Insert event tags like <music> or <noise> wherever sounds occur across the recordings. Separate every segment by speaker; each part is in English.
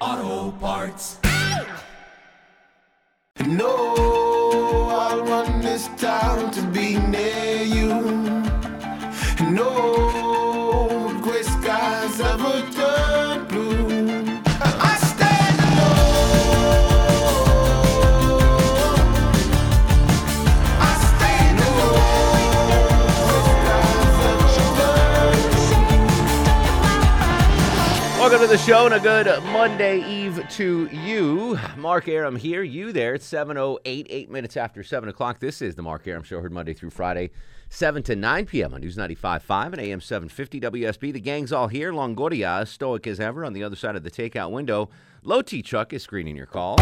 Speaker 1: oh, O'Reilly. Auto Parts.
Speaker 2: No, I want this town to be near you. No gray skies ever turn blue. I stand alone. I stand
Speaker 3: Welcome to the show and a good Monday Eve to you. Mark Aram here, you there. It's 7.08, eight minutes after 7 o'clock. This is the Mark Aram Show, heard Monday through Friday, 7 to 9 p.m. on News 95.5 and AM 750 WSB. The gang's all here. Longoria, stoic as ever, on the other side of the takeout window. Low T Chuck is screening your call.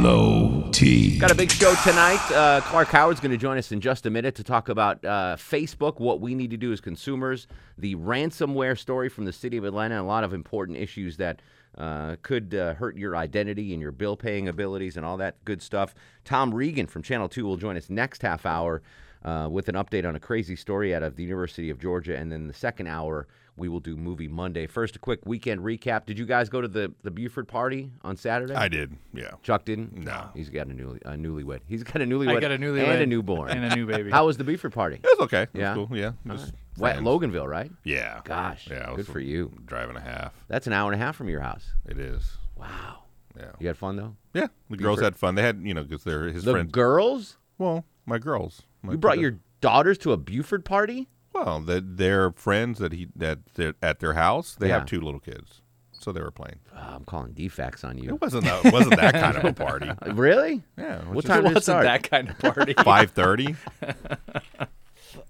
Speaker 4: Low T.
Speaker 3: Got a big show tonight. Uh, Clark Howard's going to join us in just a minute to talk about uh, Facebook, what we need to do as consumers, the ransomware story from the city of Atlanta, and a lot of important issues that uh, could uh, hurt your identity and your bill paying abilities and all that good stuff. Tom Regan from Channel 2 will join us next half hour uh, with an update on a crazy story out of the University of Georgia. And then the second hour, we will do Movie Monday. First, a quick weekend recap. Did you guys go to the, the Buford party on Saturday?
Speaker 4: I did. Yeah.
Speaker 3: Chuck didn't.
Speaker 4: No.
Speaker 3: he's got a newly a newlywed. He's got a newlywed.
Speaker 5: got a newlywed
Speaker 3: and a newborn
Speaker 5: and a new baby.
Speaker 3: <laughs> How was the Beeford party?
Speaker 4: It was okay. It
Speaker 3: Yeah?
Speaker 4: was cool. Yeah. Just
Speaker 3: Wet
Speaker 4: friends.
Speaker 3: Loganville, right?
Speaker 4: Yeah.
Speaker 3: Gosh,
Speaker 4: Yeah. it
Speaker 3: good
Speaker 4: was
Speaker 3: for you.
Speaker 4: a Drive and a half.
Speaker 3: That's an hour and a half from your house.
Speaker 4: It is.
Speaker 3: Wow.
Speaker 4: Yeah.
Speaker 3: You had fun though.
Speaker 4: Yeah. The girls had fun. They had, you know, because they're his
Speaker 3: The
Speaker 4: friends.
Speaker 3: girls.
Speaker 4: well, my girls. My
Speaker 3: You brought
Speaker 4: two-
Speaker 3: your daughters to a Buford party.
Speaker 4: Well, that they're friends that he that they're at their house. They
Speaker 3: Yeah.
Speaker 4: have two little kids, so they were playing.
Speaker 3: Uh, I'm calling defects on you.
Speaker 4: It wasn't that it wasn't that kind of a party.
Speaker 3: <laughs> Really?
Speaker 4: Yeah.
Speaker 3: What time did it
Speaker 5: wasn't
Speaker 3: start?
Speaker 5: that kind of
Speaker 4: <laughs>
Speaker 5: party. <laughs>
Speaker 4: Five thirty. It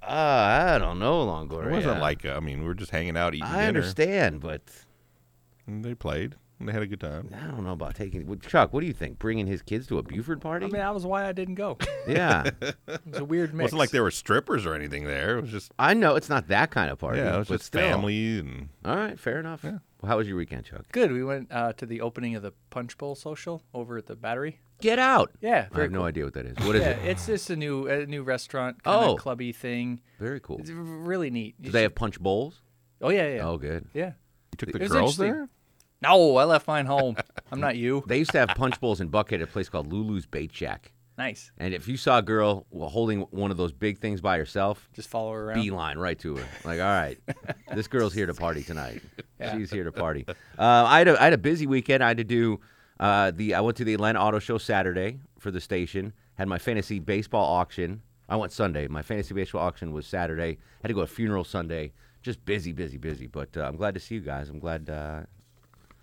Speaker 3: Uh, I don't know, Longoria.
Speaker 4: wasn't like uh, I mean we were just hanging out eating
Speaker 3: I
Speaker 4: dinner.
Speaker 3: understand, but
Speaker 4: And they played and they had a good time.
Speaker 3: I don't know about taking well, Chuck. What do you think? Bringing his kids to a Buford party?
Speaker 5: I mean, that was why I didn't go.
Speaker 3: yeah,
Speaker 5: <laughs> It was a weird
Speaker 4: <laughs> It
Speaker 5: mix.
Speaker 4: wasn't like there were strippers or anything there. It was just
Speaker 3: <laughs> I know it's not that kind of party.
Speaker 4: yeah, it was
Speaker 3: but
Speaker 4: just
Speaker 3: still.
Speaker 4: family and
Speaker 3: All right, fair enough. Well, how was your weekend, Chuck?
Speaker 5: Good. We went uh, to the opening of the Punch Bowl social over at the Battery.
Speaker 3: Get out.
Speaker 5: Yeah,
Speaker 3: I
Speaker 5: very
Speaker 3: have no idea what that is. What is
Speaker 5: Yeah,
Speaker 3: it?
Speaker 5: it's just a new a new restaurant, kind of
Speaker 3: Oh.
Speaker 5: clubby thing.
Speaker 3: Very cool.
Speaker 5: It's
Speaker 3: Do
Speaker 5: r- really neat. You
Speaker 3: they
Speaker 5: should-
Speaker 3: have punch bowls?
Speaker 5: Oh yeah, yeah.
Speaker 3: Oh, good.
Speaker 5: Yeah.
Speaker 4: you took
Speaker 5: It
Speaker 4: the
Speaker 5: was
Speaker 4: girls there?
Speaker 5: interesting. No, I left mine home. I'm not you.
Speaker 3: <laughs> They used to have punch bowls in Buckhead at a place called Lulu's Bait Shack.
Speaker 5: Nice.
Speaker 3: And if you saw a girl well, holding one of those big things by herself,
Speaker 5: Just follow her around.
Speaker 3: beeline right to her. Like, all
Speaker 5: <laughs>
Speaker 3: right, this girl's here to party tonight. She's here to party. Uh, I had a, I had a busy weekend. I had to do uh, the. I went to the Atlanta Auto Show Saturday for the station. Had my fantasy baseball auction. I went Sunday. My fantasy baseball auction was Saturday. Had to go to a funeral Sunday. Just busy, busy, busy. But uh, I'm glad to see you guys. I'm glad. Uh,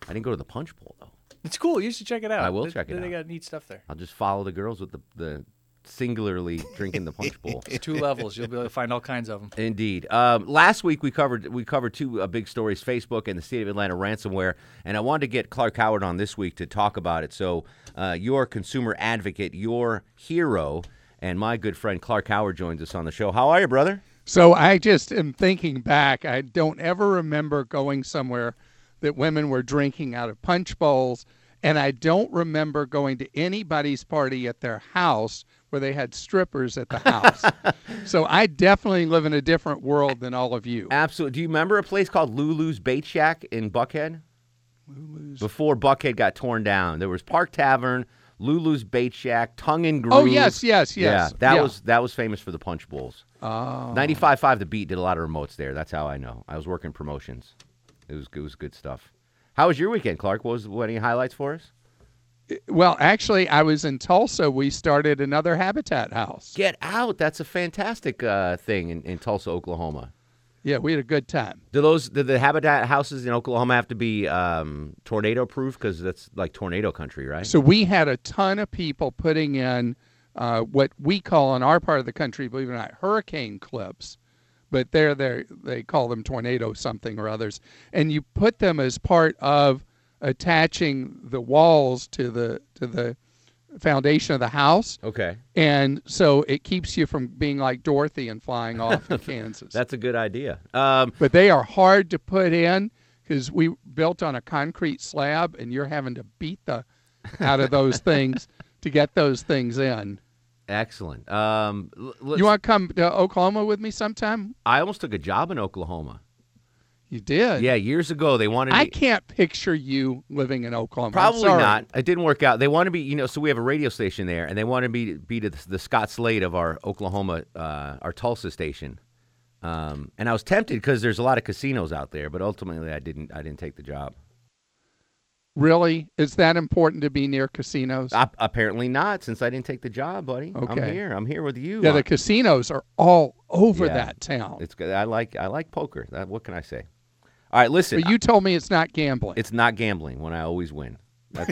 Speaker 3: I didn't go to the punch bowl though.
Speaker 5: It's cool. You should check it out.
Speaker 3: I will
Speaker 5: They-
Speaker 3: check it
Speaker 5: They
Speaker 3: out.
Speaker 5: got neat stuff
Speaker 3: <laughs>
Speaker 5: there.
Speaker 3: I'll just follow the girls with the the singularly drinking the punch bowl.
Speaker 5: It's two levels. You'll be able to find all kinds of them.
Speaker 3: Indeed. Um, last week we covered we covered two uh, big stories: Facebook and the state of Atlanta ransomware. And I wanted to get Clark Howard on this week to talk about it. So, uh, your consumer advocate, your hero, and my good friend Clark Howard joins us on the show. How are you, brother?
Speaker 6: So I just am thinking back. I don't ever remember going somewhere that women were drinking out of punch bowls. And I don't remember going to anybody's party at their house where they had strippers at the house. so I definitely live in a different world than all of you.
Speaker 3: Absolutely. Do you remember a place called Lulu's Bait Shack in Buckhead? Lulu's. Before Buckhead got torn down, there was Park Tavern, Lulu's Bait Shack, Tongue and Groove.
Speaker 6: Oh, yes, yes, yes.
Speaker 3: Yeah, that
Speaker 6: Yeah.
Speaker 3: was that was famous for the punch bowls. Oh. 95.5 The Beat did a lot of remotes there. That's how I know. I was working promotions. It was it was good stuff. How was your weekend, Clark? What was what, any highlights for us?
Speaker 6: Well, actually, I was in Tulsa. Uh, We started another Habitat house.
Speaker 3: Get out. That's a fantastic uh, thing in, in Tulsa, Oklahoma.
Speaker 6: Yeah, we had a good time.
Speaker 3: Do those do the habitat houses in Oklahoma have to be um, tornado proof? Because that's like tornado country, right?
Speaker 6: So we had a ton of people putting in uh, what we call in our part of the country, believe it or not, hurricane clips, but there they they call them tornado something or others, and you put them as part of attaching the walls to the to the foundation of the house.
Speaker 3: Okay.
Speaker 6: And so it keeps you from being like Dorothy and flying off
Speaker 3: <laughs>
Speaker 6: to Kansas.
Speaker 3: That's a good idea. Um,
Speaker 6: but they are hard to put in because we built on a concrete slab and you're having to beat the <laughs> out of those things to get those things in.
Speaker 3: excellent. Um, l- let's-
Speaker 6: You want to come to Oklahoma with me sometime?
Speaker 3: I almost took a job in Oklahoma.
Speaker 6: You did.
Speaker 3: Yeah, years ago they wanted.
Speaker 6: I
Speaker 3: me-
Speaker 6: can't picture you living in Oklahoma. I'm
Speaker 3: Probably
Speaker 6: sorry.
Speaker 3: not. It didn't work out. They want to be, you know. So we have a radio station there, and they want to be be to the, the Scott Slade of our Oklahoma, uh, our Tulsa station. Um, and I was tempted because there's a lot of casinos out there, but ultimately I didn't. I didn't take the job.
Speaker 6: Really? Is that important to be near casinos?
Speaker 3: Ap- apparently not, since I didn't take the job, buddy. I'm
Speaker 6: Okay.
Speaker 3: here. I'm here with you.
Speaker 6: yeah,
Speaker 3: I-
Speaker 6: the casinos are all over
Speaker 3: Yeah.
Speaker 6: that town.
Speaker 3: it's good. I like I like poker. That, what can I say? All right, listen.
Speaker 6: but you told me it's not gambling.
Speaker 3: It's not gambling when I always win. That's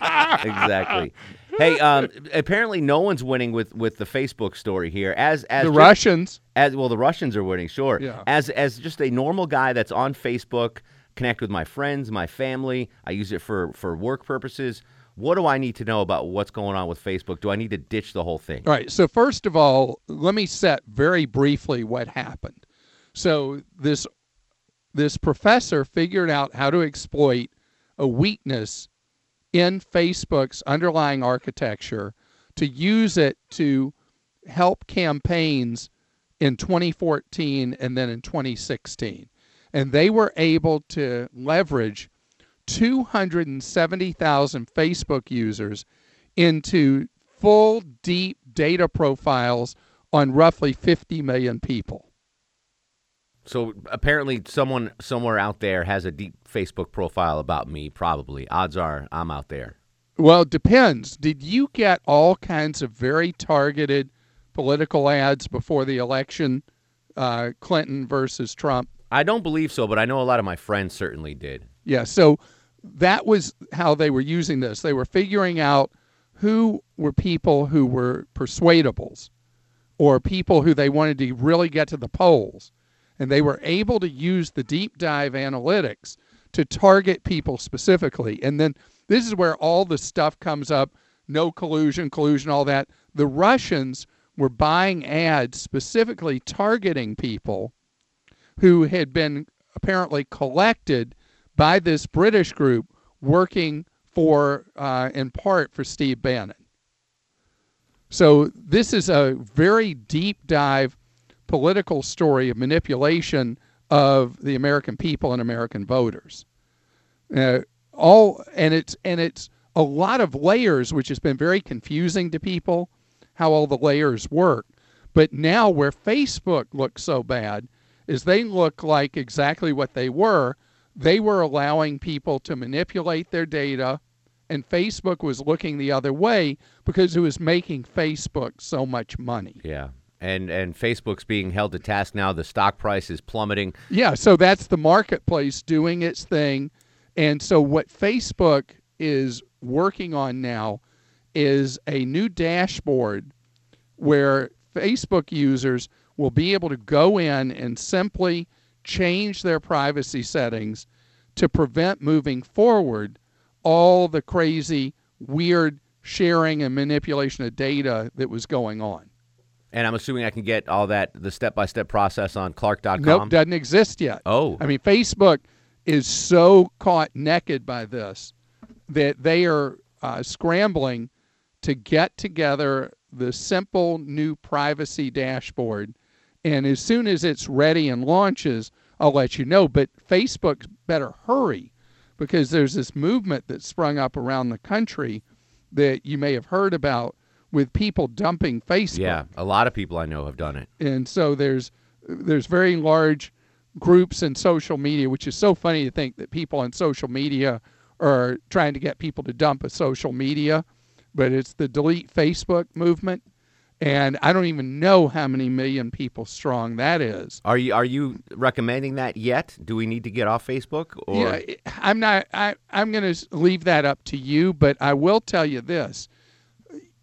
Speaker 3: exactly. Hey, um, apparently no one's winning with with the Facebook story here. As as
Speaker 6: the
Speaker 3: just-
Speaker 6: Russians.
Speaker 3: as well, the Russians are winning. Sure.
Speaker 6: Yeah.
Speaker 3: As as just a normal guy that's on Facebook, connect with my friends, my family. I use it for for work purposes. What do I need to know about what's going on with Facebook? Do I need to ditch the whole thing?
Speaker 6: All right. So first of all, let me set very briefly what happened. So this this professor figured out how to exploit a weakness in Facebook's underlying architecture to use it to help campaigns in 2014 and then in 2016. And they were able to leverage 270,000 Facebook users into full deep data profiles on roughly 50 million people.
Speaker 3: So apparently, someone somewhere out there has a deep Facebook profile about me. Probably, odds are I'm out there.
Speaker 6: Well, it depends. Did you get all kinds of very targeted political ads before the election, uh, Clinton versus Trump?
Speaker 3: I don't believe so, but I know a lot of my friends certainly did.
Speaker 6: Yeah, so that was how they were using this. They were figuring out who were people who were persuadables or people who they wanted to really get to the polls. And they were able to use the deep dive analytics to target people specifically. And then this is where all the stuff comes up no collusion, collusion, all that. The Russians were buying ads specifically targeting people who had been apparently collected by this British group working for, uh, in part, for Steve Bannon. So this is a very deep dive political story of manipulation of the American people and American voters. Uh, all and it's and it's a lot of layers, which has been very confusing to people, how all the layers work. But now where Facebook looks so bad is they look like exactly what they were. They were allowing people to manipulate their data, and Facebook was looking the other way because it was making Facebook so much money.
Speaker 3: Yeah, and and Facebook's being held to task now. The stock price is plummeting.
Speaker 6: Yeah, so that's the marketplace doing its thing. And so what Facebook is working on now is a new dashboard where Facebook users will be able to go in and simply change their privacy settings to prevent moving forward all the crazy, weird sharing and manipulation of data that was going on.
Speaker 3: And I'm assuming I can get all that the step by step process on Clark.com.
Speaker 6: Nope, doesn't exist yet.
Speaker 3: Oh.
Speaker 6: I mean, Facebook is so caught naked by this that they are uh, scrambling to get together the simple new privacy dashboard. And as soon as it's ready and launches, I'll let you know. But Facebook better hurry because there's this movement that sprung up around the country that you may have heard about with people dumping Facebook
Speaker 3: yeah, a lot of people I know have done it.
Speaker 6: and so there's there's very large groups in social media, which is so funny to think that people on social media are trying to get people to dump a social media, but it's the delete Facebook movement, and I don't even know how many million people strong that is.
Speaker 3: Are you are you recommending that yet? Do we need to get off Facebook? Or
Speaker 6: Yeah, it- I'm not. I I'm going to leave that up to you, but I will tell you this.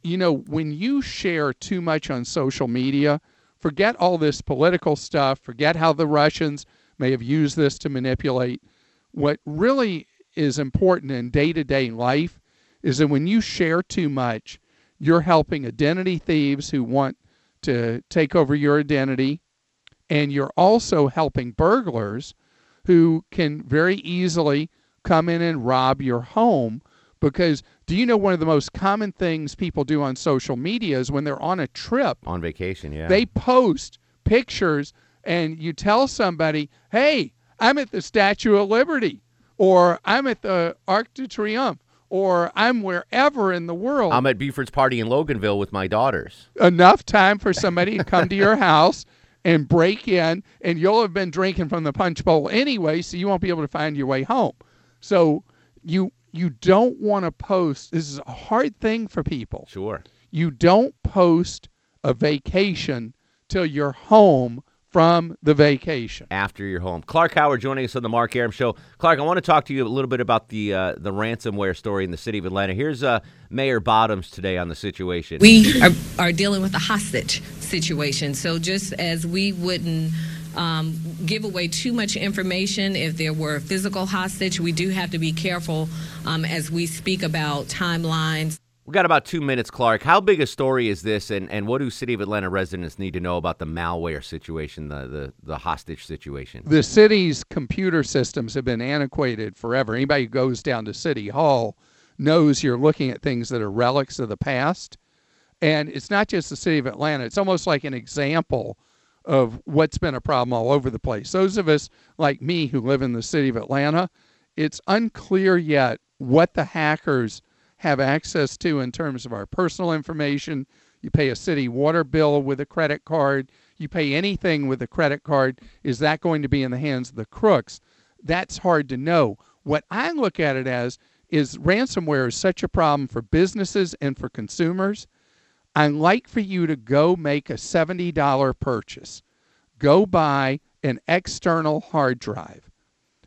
Speaker 6: You know, when you share too much on social media, forget all this political stuff. Forget how the Russians may have used this to manipulate. What really is important in day to day life is that when you share too much, you're helping identity thieves who want to take over your identity, and you're also helping burglars who can very easily come in and rob your home. Because do you know one of the most common things people do on social media is when they're on a trip,
Speaker 3: on vacation. Yeah,
Speaker 6: they post pictures and you tell somebody, hey, I'm at the Statue of Liberty or I'm at the Arc de Triomphe or I'm wherever in the world.
Speaker 3: I'm at Buford's party in Loganville with my daughters.
Speaker 6: Enough time for somebody to come to your house and break in, and you'll have been drinking from the punch bowl anyway, so you won't be able to find your way home. So you you don't want to post this is a hard thing for people
Speaker 3: Sure.
Speaker 6: you don't post a vacation till you're home from the vacation.
Speaker 3: after your home. Clark Howard joining us on the Mark Aram Show. Clark, I want to talk to you a little bit about the uh, the ransomware story in the city of Atlanta. Here's uh, Mayor Bottoms today on the situation.
Speaker 7: We are, are dealing with a hostage situation. So just as we wouldn't um, give away too much information if there were a physical hostage, we do have to be careful um, as we speak about timelines.
Speaker 3: we got about two minutes, Clark. How big a story is this, and, and what do city of Atlanta residents need to know about the malware situation, the the, the hostage situation?
Speaker 6: The city's computer systems have been antiquated forever. Anybody who goes down to City Hall knows you're looking at things that are relics of the past. And it's not just the city of Atlanta, it's almost like an example of what's been a problem all over the place. Those of us like me who live in the city of Atlanta, it's unclear yet what the hackers have access to in terms of our personal information. You pay a city water bill with a credit card, you pay anything with a credit card. Is that going to be in the hands of the crooks? That's hard to know. What I look at it as is ransomware is such a problem for businesses and for consumers. I'd like for you to go make a $70 purchase. Go buy an external hard drive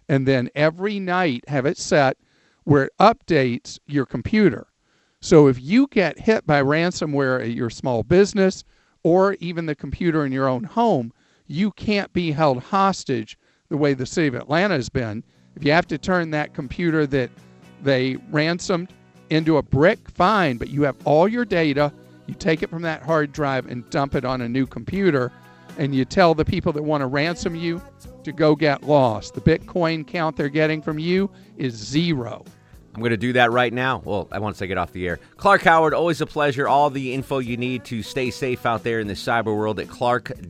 Speaker 6: and then every night have it set where it updates your computer. So if you get hit by ransomware at your small business or even the computer in your own home, you can't be held hostage the way the city of Atlanta has been. If you have to turn that computer that they ransomed into a brick, fine, but you have all your data. You take it from that hard drive and dump it on a new computer and you tell the people that want to ransom you to go get lost. The Bitcoin count they're getting from you is zero.
Speaker 3: I'm going to do that right now. Well, I once I get off the air. Clark Howard, always a pleasure. All the info you need to stay safe out there in this cyber world at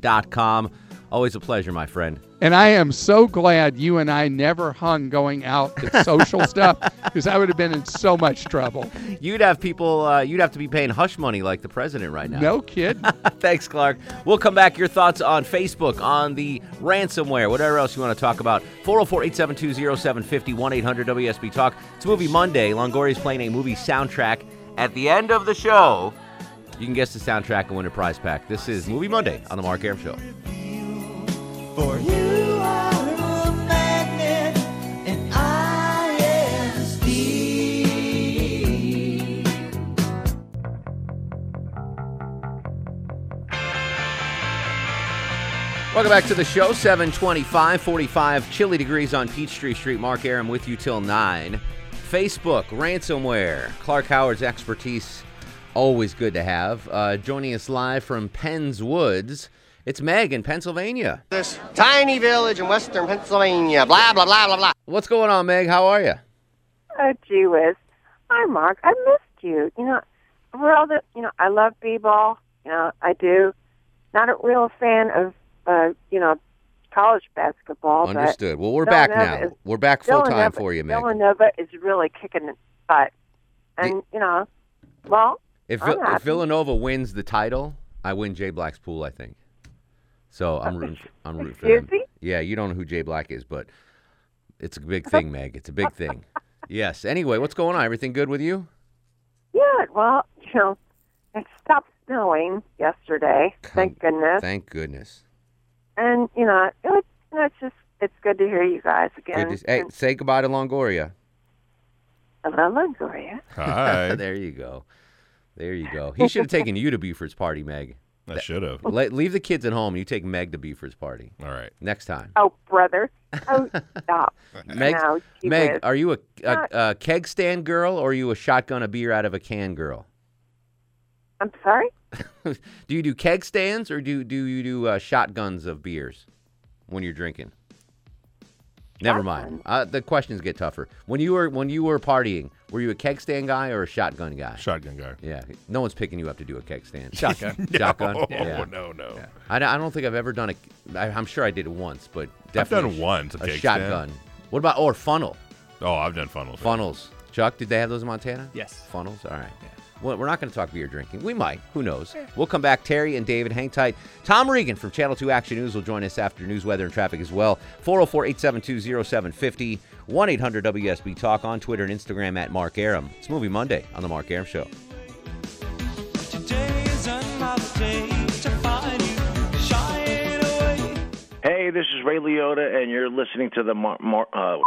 Speaker 3: clark.com. Always a pleasure, my friend.
Speaker 6: And I am so glad you and I never hung going out to social stuff because I would have been in so much trouble.
Speaker 3: You'd have people, uh, you'd have to be paying hush money like the president right now.
Speaker 6: No kidding.
Speaker 3: <laughs> Thanks, Clark. We'll come back. Your thoughts on Facebook, on the ransomware, whatever else you want to talk about. 404 872 0750 1 800 WSB Talk. It's Movie Monday. Longoria's playing a movie soundtrack. At the end of the show, you can guess the soundtrack and win a prize pack. This is Movie Monday on The Mark Aram Show.
Speaker 1: For you are a magnet and I am steel.
Speaker 3: Welcome back to the show. 725, 45, chilly degrees on Peachtree Street. Mark Aram with you till 9. Facebook, ransomware. Clark Howard's expertise, always good to have. Uh, joining us live from Penn's Woods, it's Meg in Pennsylvania.
Speaker 8: this tiny village in western Pennsylvania. Blah blah blah blah blah.
Speaker 3: What's going on, Meg? How are you?
Speaker 9: Oh, gee whiz. Hi, Mark. I missed you. You know, we're all the, you know, I love b-ball. You know, I do. Not a real fan of, uh, you know, college basketball. but
Speaker 3: Understood. Well, we're back
Speaker 9: Villanova
Speaker 3: now.
Speaker 9: is-
Speaker 3: We're back full time
Speaker 9: Villanova-
Speaker 3: for you, Meg.
Speaker 9: Villanova is really kicking the butt. And, you know, well,
Speaker 3: If,
Speaker 9: I'm
Speaker 3: Vil- if
Speaker 9: happy.
Speaker 3: Villanova wins the title, I win Jay Black's pool, I think. So I'm rooting. For, I'm rooting for him.
Speaker 9: Excuse me?
Speaker 3: Yeah, you don't know who Jay Black is, but it's
Speaker 9: <laughs>
Speaker 3: a big thing, Meg. It's a big thing. Yes. Anyway, what's going on? Everything good with you?
Speaker 9: yeah, well, you know, it stopped snowing yesterday. Thank goodness.
Speaker 3: Thank goodness.
Speaker 9: and, you know, it was, you know, it's just, it's good to hear you guys again.
Speaker 3: Good to, hey,
Speaker 9: And
Speaker 3: say goodbye to Longoria.
Speaker 9: I love Longoria.
Speaker 4: Hi.
Speaker 3: <laughs> there you go. There you go. He should have taken you to Buford's party, Meg.
Speaker 4: I should have.
Speaker 3: Le- leave the kids at home. You take Meg to Beaver's party. All right. Next time.
Speaker 9: Oh, brother.
Speaker 3: <laughs>
Speaker 9: Oh, stop.
Speaker 4: <laughs>
Speaker 3: Meg,
Speaker 9: no, gee
Speaker 3: Meg
Speaker 9: whiz.
Speaker 3: are you a, a,
Speaker 9: Not-
Speaker 3: a keg stand girl or are you a shotgun a beer out of a can girl? <laughs>
Speaker 9: I'm sorry?
Speaker 3: do you do keg stands or do do you do uh, shotguns of beers when you're drinking? Never mind. Uh, the questions get tougher. When you were when you were partying, were you a keg stand guy or a shotgun guy? Shotgun guy. Yeah. No one's picking you up to do a keg stand. <laughs>
Speaker 4: Shotgun. <laughs> No,
Speaker 3: shotgun.
Speaker 4: no,
Speaker 3: yeah.
Speaker 4: no, no.
Speaker 3: I, don't- I don't think I've ever done a. I, I'm sure I did it once, but
Speaker 4: I've
Speaker 3: definitely
Speaker 4: done once a
Speaker 3: a,
Speaker 4: keg stand.
Speaker 3: shotgun. What about or funnel? Oh, I've done funnels. Funnels. Chuck, did they have those in Montana? Yes. Funnels. All right. Well, we're not going to talk beer drinking. We might. Who knows? We'll come back. Terry and David, hang tight. Tom Regan from Channel 2 Action News will join us after news, weather, and traffic as well. 404 872 0750 1 800 WSB Talk on Twitter and Instagram at Mark Aram. It's Movie Monday on The Mark Aram Show.
Speaker 10: Hey, this is Ray Liotta, and you're listening to the Mar- Mar- uh,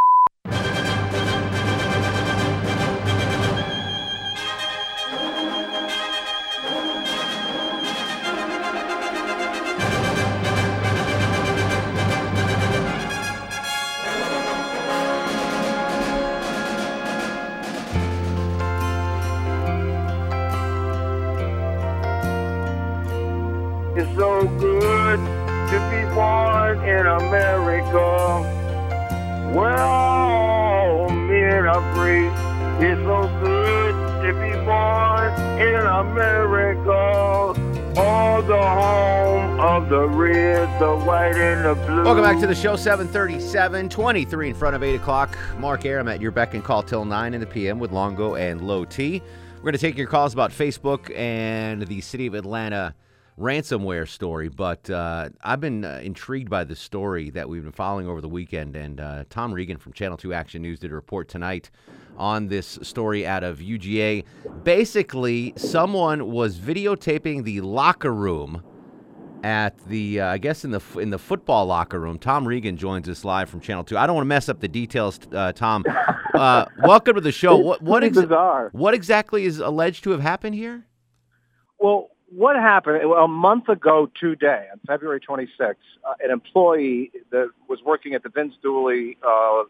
Speaker 11: It's so good to be born in America. Where all men are free. It's so good to be born in America. All the home of the red, the white, and the blue.
Speaker 3: Welcome back to the show, 737, 23 in front of 8 o'clock. Mark Aram at your beck and call till 9 in the p.m. with Longo and Low T. We're going to take your calls about Facebook and the city of Atlanta ransomware story, but uh, I've been uh, intrigued by the story that we've been following over the weekend, and uh, Tom Regan from Channel 2 Action News did a report tonight on this story out of UGA. Basically, someone was videotaping the locker room at the uh, I guess in the f- in the football locker room. Tom Regan joins us live from Channel Two. I don't want to mess up the details,
Speaker 12: <laughs>
Speaker 3: uh, Tom. Uh, welcome to the show. What what, ex- what exactly is alleged to have happened here?
Speaker 12: Well, what happened well, a month ago today, on February 26th, uh, an employee that was working at the Vince Dooley uh,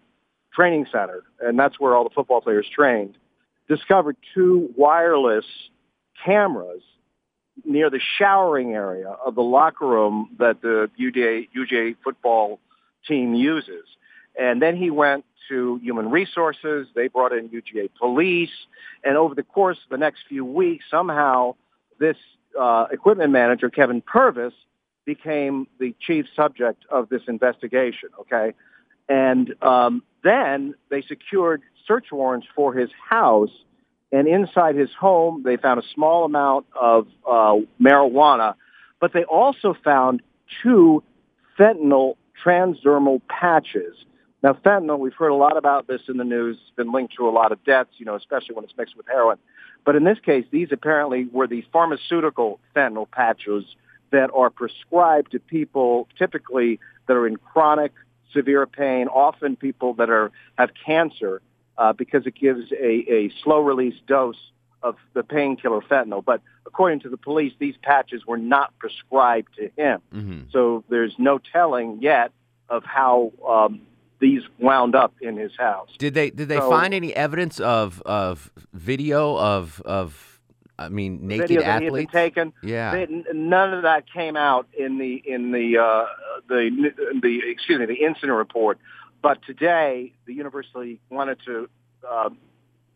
Speaker 12: training center, and that's where all the football players trained, discovered two wireless cameras near the showering area of the locker room that the UGA, UGA football team uses. And then he went to human resources. They brought in UGA police. And over the course of the next few weeks, somehow this uh, equipment manager, Kevin Purvis, became the chief subject of this investigation, okay? And um, then they secured search warrants for his house. And inside his home, they found a small amount of uh, marijuana, but they also found two fentanyl transdermal patches. Now, fentanyl, we've heard a lot about this in the news. It's been linked to a lot of deaths, you know, especially when it's mixed with heroin. But in this case, these apparently were the pharmaceutical fentanyl patches that are prescribed to people typically that are in chronic severe pain, often people that are have cancer uh, because it gives a, a slow release dose of the painkiller fentanyl. But according to the police, these patches were not prescribed to him.
Speaker 3: Mm-hmm.
Speaker 12: So there's no telling yet of how um, these wound up in his house.
Speaker 3: Did they did they
Speaker 12: So-
Speaker 3: find any evidence of of video of of I mean naked
Speaker 12: video that he had been
Speaker 3: athletes?
Speaker 12: taken.
Speaker 3: Yeah.
Speaker 12: They- n- none of that came out in the in the uh, the the excuse me the incident report. But today, the university wanted to um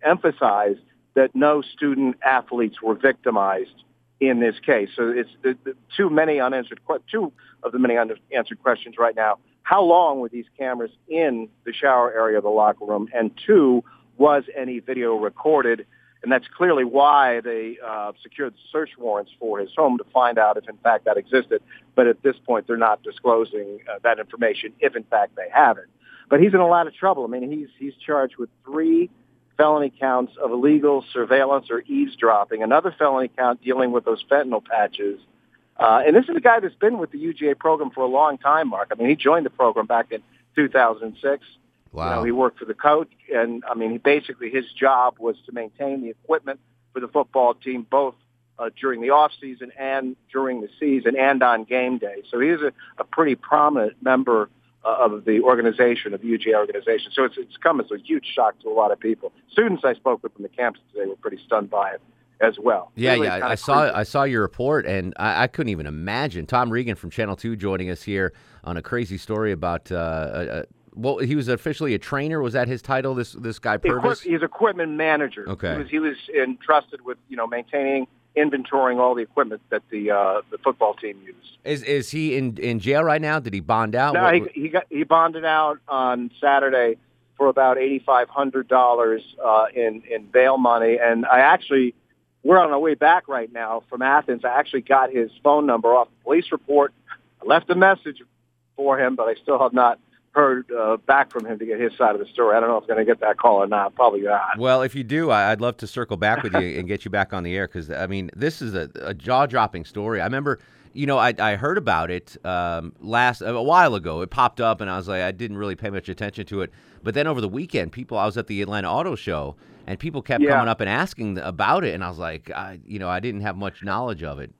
Speaker 12: emphasize that no student athletes were victimized in this case. So it's the, the, too many unanswered que- two of the many unanswered questions right now. How long were these cameras in the shower area of the locker room? And two, was any video recorded? And that's clearly why they uh, secured search warrants for his home to find out if, in fact, that existed. But at this point, they're not disclosing uh, that information if, in fact, they have it. But he's in a lot of trouble. I mean, he's he's charged with three felony counts of illegal surveillance or eavesdropping, another felony count dealing with those fentanyl patches. Uh, and this is a guy that's been with the UGA program for a long time, Mark. I mean, he joined the program back in 2006.
Speaker 3: Wow.
Speaker 12: You know, Uh, he worked for the coach, and I mean, he basically his job was to maintain the equipment for the football team, both uh, during the off season and during the season and on game day. So he is a, a pretty prominent member uh, of the organization, of the UGA organization. So it's, it's come as a huge shock to a lot of people. Students I spoke with from the campus today were pretty stunned by it as well.
Speaker 3: Yeah,
Speaker 12: Really
Speaker 3: yeah.
Speaker 12: kinda
Speaker 3: I saw I saw your report, and I, I couldn't even imagine. Tom Regan from Channel Two joining us here on a crazy story about. Uh, uh, well, he was officially a trainer. Was that his title? This this guy
Speaker 12: Equip-
Speaker 3: Purvis.
Speaker 12: he's equipment manager.
Speaker 3: Okay.
Speaker 12: He was, he was entrusted with you know maintaining, inventorying all the equipment that the uh, the football team used.
Speaker 3: Is is he in, in jail right now? Did he bond out?
Speaker 12: Now
Speaker 3: What-
Speaker 12: he, he got he bonded out on Saturday for about eighty five hundred dollars uh, in in bail money, and I actually we're on our way back right now from Athens. I actually got his phone number off the police report. I left a message for him, but I still have not heard uh, back from him to get his side of the story. I don't know if I'm going to get that call or not. Probably uh, not.
Speaker 3: Well, if you do, I- I'd love to circle back with
Speaker 12: <laughs>
Speaker 3: you and get you back on the air because I mean, this is a, a jaw-dropping story. I remember, you know, I, I heard about it um, last a while ago. It popped up, and I was like, I didn't really pay much attention to it. But then over the weekend, people, I was at the Atlanta Auto Show, and people kept
Speaker 12: Yeah.
Speaker 3: coming up and asking about it, and I was like, I, you know, I didn't have much knowledge of it.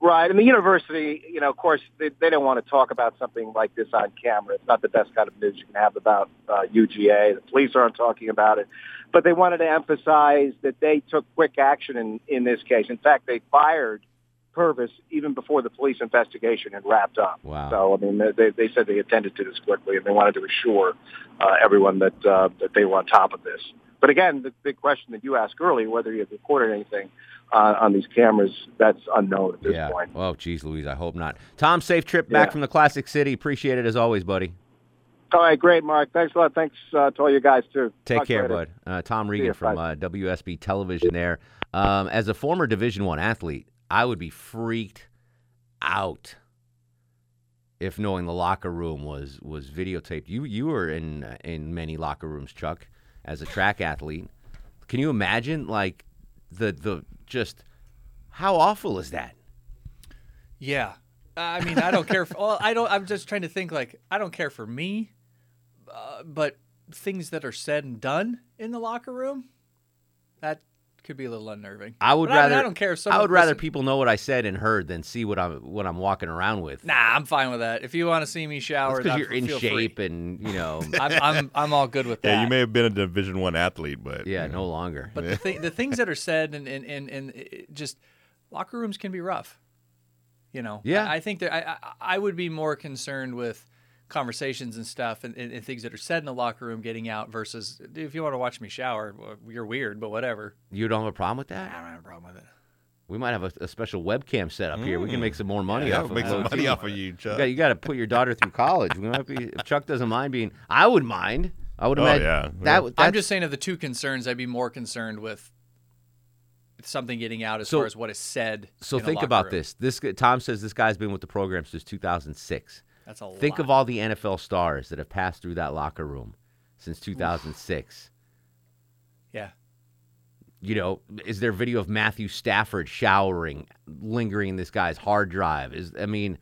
Speaker 12: Right, and the university, you know, of course, they, they don't want to talk about something like this on camera. It's not the best kind of news you can have about uh, UGA. The police aren't talking about it, but they wanted to emphasize that they took quick action in in this case. In fact, they fired Purvis even before the police investigation had wrapped up.
Speaker 3: Wow.
Speaker 12: So, I mean, they, they said they attended to this quickly, and they wanted to assure uh, everyone that uh, that they were on top of this. But again, the big question that you asked earlier, whether he had recorded anything uh, on these cameras, that's unknown at this
Speaker 3: yeah.
Speaker 12: point.
Speaker 3: Oh, geez, Louise, I hope not. Tom, safe trip back
Speaker 12: Yeah.
Speaker 3: from the Classic City. Appreciate it as always, buddy.
Speaker 12: All right, great, Mark. Thanks a lot. Thanks uh, to all you guys too.
Speaker 3: Take
Speaker 12: Talk
Speaker 3: care,
Speaker 12: later.
Speaker 3: bud. Uh, Tom
Speaker 12: ya,
Speaker 3: Regan from uh, WSB Television. There, um, as a former Division One athlete, I would be freaked out if knowing the locker room was was videotaped. You you were in uh, in many locker rooms, Chuck, as a track athlete. Can you imagine like the the just how awful is that?
Speaker 5: Yeah. I mean, I don't care. For, well, I don't. I'm just trying to think. Like, I don't care for me, uh, but things that are said and done in the locker room, that could be a little unnerving.
Speaker 3: I would
Speaker 5: But I,
Speaker 3: rather
Speaker 5: mean, I don't care. If someone,
Speaker 3: I would rather
Speaker 5: listen,
Speaker 3: people know what I said and heard than see what I'm what I'm walking around with.
Speaker 5: Nah, I'm fine with that. If you want to see me shower,
Speaker 3: because you're in
Speaker 5: feel free.
Speaker 3: shape and you know
Speaker 5: <laughs> I'm, I'm I'm all good with that.
Speaker 4: Yeah, you may have been a Division One athlete, but
Speaker 3: Yeah, no longer.
Speaker 5: But the, th- the things that are said and and and, and it- just locker rooms can be rough. You know.
Speaker 3: Yeah.
Speaker 5: I, I think that I, I I would be more concerned with conversations and stuff and, and, and things that are said in the locker room getting out versus "Dude, if you want to watch me shower, well, you're weird, but whatever.
Speaker 3: You don't have a problem with that? I
Speaker 5: don't have a problem with it.
Speaker 3: We might have a, a special webcam set up here. We can
Speaker 4: Mm.
Speaker 3: make some more money
Speaker 4: Yeah,
Speaker 3: off.
Speaker 4: make
Speaker 3: of
Speaker 4: some
Speaker 3: those,
Speaker 4: money
Speaker 3: too.
Speaker 4: off of you, Chuck.
Speaker 3: got- You got to put your daughter through college. We might be, if Chuck doesn't mind being, I would mind. I
Speaker 4: Oh,
Speaker 3: would imagine that. would-
Speaker 5: Oh, I'm
Speaker 3: that's-
Speaker 5: just saying of the two concerns, I'd be more concerned with something getting out as
Speaker 3: So-
Speaker 5: far as what is said.
Speaker 3: So
Speaker 5: in a
Speaker 3: think
Speaker 5: locker
Speaker 3: about
Speaker 5: room.
Speaker 3: this. This g- Tom says this guy's been with the program since 2006.
Speaker 5: That's a
Speaker 3: Think of all the NFL stars that have passed through that locker room since 2006.
Speaker 5: Yeah.
Speaker 3: You know, is there video of Matthew Stafford showering, lingering in this guy's hard drive? Is I mean,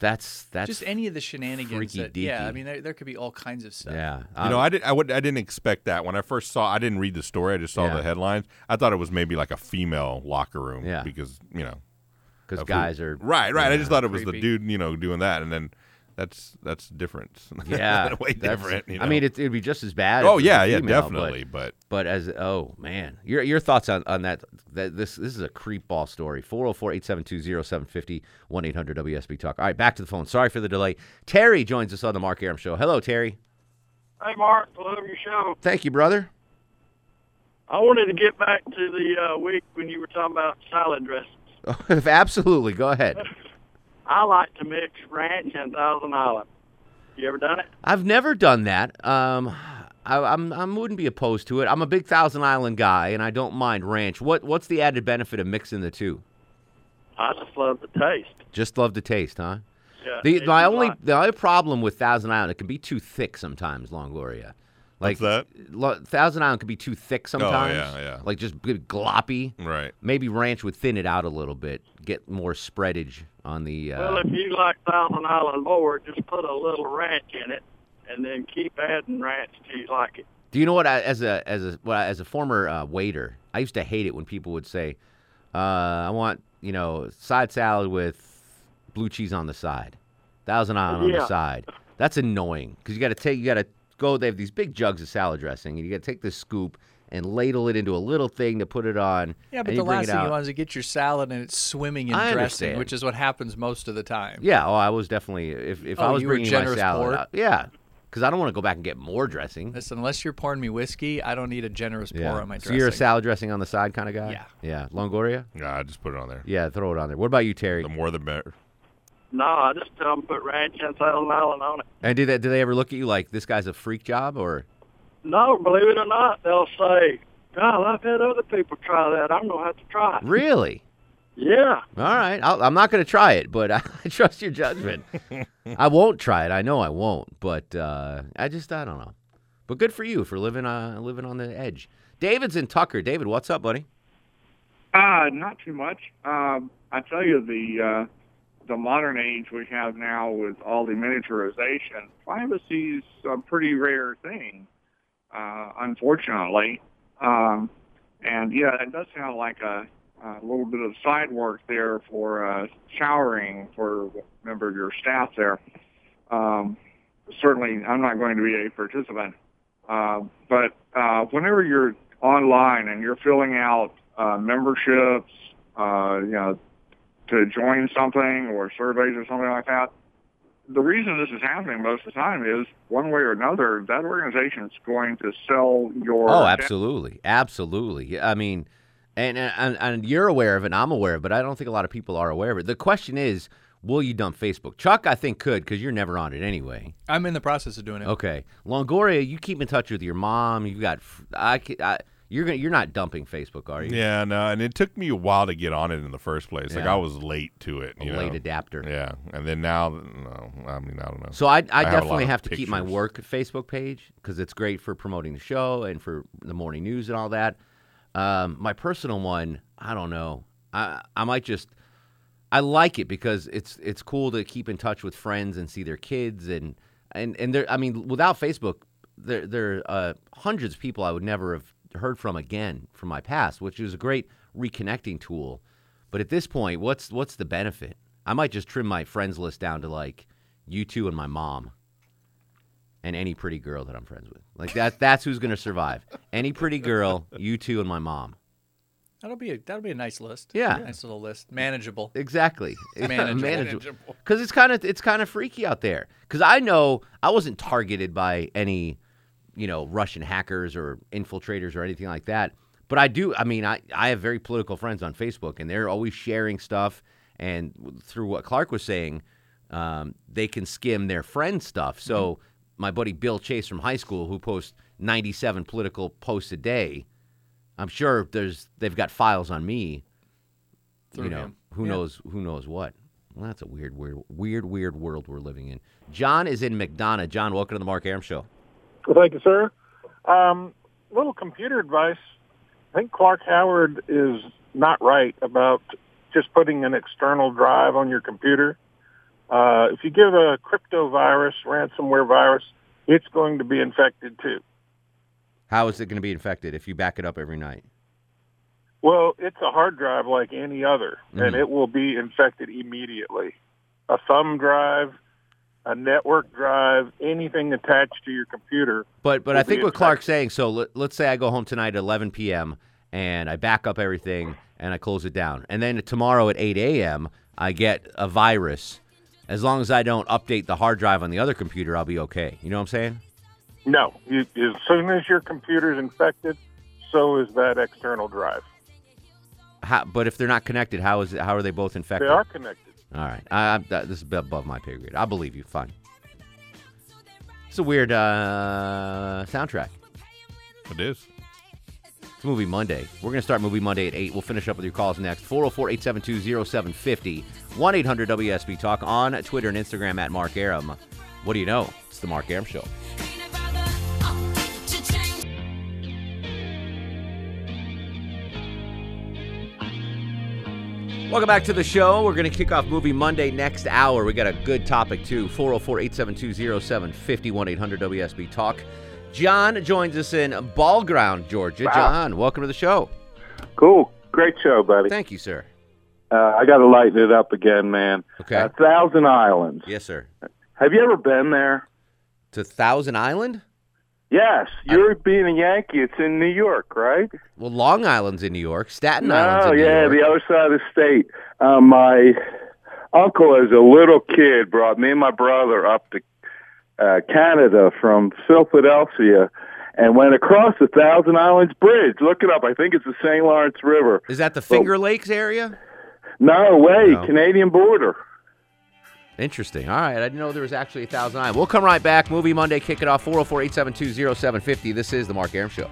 Speaker 3: that's that's
Speaker 5: just any of the shenanigans.
Speaker 3: freaky
Speaker 5: That, yeah,
Speaker 3: deaky.
Speaker 5: I mean, there, there could be all kinds of stuff.
Speaker 3: Yeah. um,
Speaker 4: You know, I did. I would. I didn't expect that when I first saw. I didn't read the story. I just saw
Speaker 3: Yeah.
Speaker 4: the headlines. I thought it was maybe like a female locker room.
Speaker 3: Yeah.
Speaker 4: Because you know,
Speaker 3: 'Cause
Speaker 4: of who-
Speaker 3: guys are-
Speaker 4: right. Right. I just
Speaker 3: yeah,
Speaker 4: thought it was the
Speaker 3: creepy.
Speaker 4: dude. You know, doing that, and then that's that's different.
Speaker 3: <laughs>
Speaker 4: <laughs>
Speaker 3: Yeah,
Speaker 4: way
Speaker 3: that's-
Speaker 4: different. you
Speaker 3: I
Speaker 4: know?
Speaker 3: mean, it, it'd be just as bad.
Speaker 4: Oh,
Speaker 3: if it was a
Speaker 4: yeah, yeah,
Speaker 3: female,
Speaker 4: definitely,
Speaker 3: But, but as oh man, your your thoughts on on that? That this this is a creep ball story. 404-872-0750, 1-800 WSB Talk. All right, back to the phone. Sorry for the delay. Terry joins us on the Mark Aram Show. Hello, Terry.
Speaker 13: Hey, Mark, love your show.
Speaker 3: Thank you, brother. <laughs>
Speaker 13: I wanted to get back to the uh, week when you were talking about salad dressing.
Speaker 3: Absolutely, go ahead.
Speaker 13: I like to mix ranch and Thousand Island. You ever done it?
Speaker 3: I've never done that. Um, I, I'm I wouldn't be opposed to it. I'm a big Thousand Island guy, and I don't mind ranch. What what's the added benefit of mixing the two?
Speaker 13: I just love the taste.
Speaker 3: Just love the taste, huh?
Speaker 13: Yeah,
Speaker 3: The
Speaker 13: it's
Speaker 3: my
Speaker 13: a
Speaker 3: only
Speaker 13: lot.
Speaker 3: the only problem with Thousand Island it can be too thick sometimes, Longoria. Like lo- Thousand Island can be too thick sometimes.
Speaker 4: Oh, yeah, yeah.
Speaker 3: Like just good gloppy.
Speaker 4: Right.
Speaker 3: Maybe ranch would thin it out a little bit, get more spreadage on the. Uh,
Speaker 13: Well, if you like Thousand Island more, just put a little ranch in it, and then keep adding ranch till you like it.
Speaker 3: Do you know what? I, as a as a well, as a former uh, waiter, I used to hate it when people would say, Uh, I want you know side salad with blue cheese on the side, thousand island on
Speaker 13: Yeah.
Speaker 3: the side. That's annoying because you got to take you got to go. They have these big jugs of salad dressing, and you got to take this scoop and ladle it into a little thing to put it on.
Speaker 5: Yeah,
Speaker 3: and
Speaker 5: but
Speaker 3: you
Speaker 5: the
Speaker 3: bring
Speaker 5: last
Speaker 3: it
Speaker 5: thing
Speaker 3: out.
Speaker 5: you want is to get your salad and it's swimming in
Speaker 3: I
Speaker 5: dressing,
Speaker 3: understand.
Speaker 5: which is what happens most of the time.
Speaker 3: Yeah, oh, I was definitely if if I
Speaker 5: Oh,
Speaker 3: was
Speaker 5: you were
Speaker 3: bringing my
Speaker 5: generous
Speaker 3: salad
Speaker 5: pour?
Speaker 3: out, yeah, because I don't want to go back and get more dressing.
Speaker 5: Listen, unless you're pouring me whiskey, I don't need a generous pour
Speaker 3: Yeah.
Speaker 5: on my
Speaker 3: so
Speaker 5: dressing.
Speaker 3: you're a salad dressing on the side kind of guy.
Speaker 5: Yeah.
Speaker 3: yeah. Longoria.
Speaker 4: Yeah, I just put it on there.
Speaker 3: Yeah, throw it on there. What about you, Terry? The
Speaker 4: more the better.
Speaker 13: No, I just tell them put ranch and Thousand Island on it.
Speaker 3: And did they, did they ever look at you like this guy's a freak job
Speaker 4: <laughs>
Speaker 3: or?
Speaker 13: No, believe it or not, they'll say, "God, I've had other people try that. I'm gonna have to try it."
Speaker 3: Really?
Speaker 13: Yeah.
Speaker 3: All right. I'll, I'm not going to try it, but <laughs> I trust your
Speaker 4: <laughs>
Speaker 3: judgment. I won't try it. I know I won't, but uh, I just I don't know. But good for you for living uh, living on the edge. David's in Tucker. David, what's up, buddy?
Speaker 14: Uh, not too much. Um, I tell you, the uh, the modern age we have now with all the miniaturization, privacy's a pretty rare thing, uh, unfortunately. Um, and yeah, it does sound like a, a little bit of side work there for uh, showering for a member of your staff there. Um, certainly, I'm not going to be a participant. Uh, but uh, whenever you're online and you're filling out uh, memberships, uh, you know, to join something or surveys or something like that, the reason this is happening most of the time is one way or another, that organization's going to sell your
Speaker 3: Oh, absolutely, absolutely. I mean, and, and and you're aware of it. I'm aware of it, but I don't think a lot of people are aware of it. The question is, will you dump Facebook? Chuck, I think could because you're never on it anyway.
Speaker 5: I'm in the process of doing it.
Speaker 3: Okay, Longoria, you keep in touch with your mom. You got f- I, ca- I you're gonna you're not dumping Facebook, are you?
Speaker 4: Yeah, no, and it took me a while to get on it in the first place. Like
Speaker 3: Yeah.
Speaker 4: I was late to it.
Speaker 3: A
Speaker 4: you
Speaker 3: late
Speaker 4: know?
Speaker 3: adapter.
Speaker 4: Yeah, and then now, no, I mean, I don't know.
Speaker 3: So I, I,
Speaker 4: have a lot
Speaker 3: definitely
Speaker 4: of
Speaker 3: have to keep my
Speaker 4: pictures.
Speaker 3: work Facebook page because it's great for promoting the show and for the morning news and all that. Um, my personal one, I don't know. I I might just I like it because it's it's cool to keep in touch with friends and see their kids and and and there. I mean, without Facebook, there there are uh, hundreds of people I would never have heard from again from my past, which is a great reconnecting tool. But at this point, what's what's the benefit? I might just trim my friends list down to like you two and my mom and any pretty girl that I'm friends with. Like that that's who's going to survive. Any pretty girl, you two and my mom.
Speaker 5: That'll be a, that'll be a nice list.
Speaker 3: Yeah.
Speaker 5: nice little list, manageable.
Speaker 3: Exactly. <laughs>
Speaker 5: Manageable.
Speaker 3: Cuz it's kind of it's kind of freaky out there. Cuz I know I wasn't targeted by any, you know, Russian hackers or infiltrators or anything like that. But I do, I mean, I I have very political friends on Facebook and they're always sharing stuff and w- through what Clark was saying, um, they can skim their friend stuff. So
Speaker 5: Mm-hmm.
Speaker 3: my buddy Bill Chase from high school, who posts 97 political posts a day, I'm sure there's they've got files on me.
Speaker 5: Through
Speaker 3: you know,
Speaker 5: him.
Speaker 3: who
Speaker 5: Yeah.
Speaker 3: knows who knows what. Well, that's a weird, weird, weird, weird world we're living in. John is in McDonough. John, welcome to the Mark Aram Show.
Speaker 15: Well, thank you, sir. Um, little computer advice. I think Clark Howard is not right about just putting an external drive on your computer. Uh, if you give a crypto virus, ransomware virus, it's going to be infected too.
Speaker 3: How is it going to be infected if you back it up every night?
Speaker 15: Well, it's a hard drive like any other, and
Speaker 3: Mhm.
Speaker 15: it will be infected immediately. A thumb drive, a network drive, anything attached to your computer.
Speaker 3: But but
Speaker 15: will
Speaker 3: I
Speaker 15: be
Speaker 3: think what Clark's saying. So let, let's say I go home tonight at 11 p.m. and I back up everything and I close it down. And then tomorrow at 8 a.m. I get a virus. As long as I don't update the hard drive on the other computer, I'll be okay. You know what I'm saying?
Speaker 15: No, you, as soon as your computer's infected, so is that external drive.
Speaker 3: How, but if they're not connected, how is it, how are they both infected?
Speaker 15: They are connected.
Speaker 3: All right. I, I, that, this is above my pay grade. I believe you. Fine. It's a weird uh, soundtrack.
Speaker 4: It is.
Speaker 3: It's Movie Monday. We're going to start Movie Monday at 8. We'll finish up with your calls next. 404 872 0750 1 800 WSB Talk on Twitter and Instagram at Mark Aram. What do you know? It's the Mark Aram Show. Welcome back to the show. We're going to kick off Movie Monday next hour. We got a good topic, too. 404 872 0750 1 800 WSB Talk. John joins us in Ball Ground, Georgia. John, welcome to the show.
Speaker 16: Cool. Great show, buddy.
Speaker 3: Thank you, sir.
Speaker 16: Uh, I got to lighten it up again, man.
Speaker 3: Okay.
Speaker 16: Uh, Thousand Islands.
Speaker 3: Yes, sir.
Speaker 16: Have you ever been there?
Speaker 3: To Thousand Island?
Speaker 16: Yes. You're being a Yankee. It's in New York, right?
Speaker 3: Well, Long Island's in New York. Staten Island's
Speaker 16: No,
Speaker 3: in New
Speaker 16: Oh, yeah,
Speaker 3: York.
Speaker 16: the other side of the state. Uh, my uncle, as a little kid, brought me and my brother up to uh, Canada from Philadelphia and went across the Thousand Islands Bridge. Look it up. I think it's the St. Lawrence River.
Speaker 3: Is that the Finger Lakes area?
Speaker 16: No, way.
Speaker 3: No.
Speaker 16: Canadian border.
Speaker 3: Interesting. All right. I didn't know there was actually a Thousand Island. We'll come right back. Movie Monday, kick it off 404 872 0750. This is The Mark Aram Show.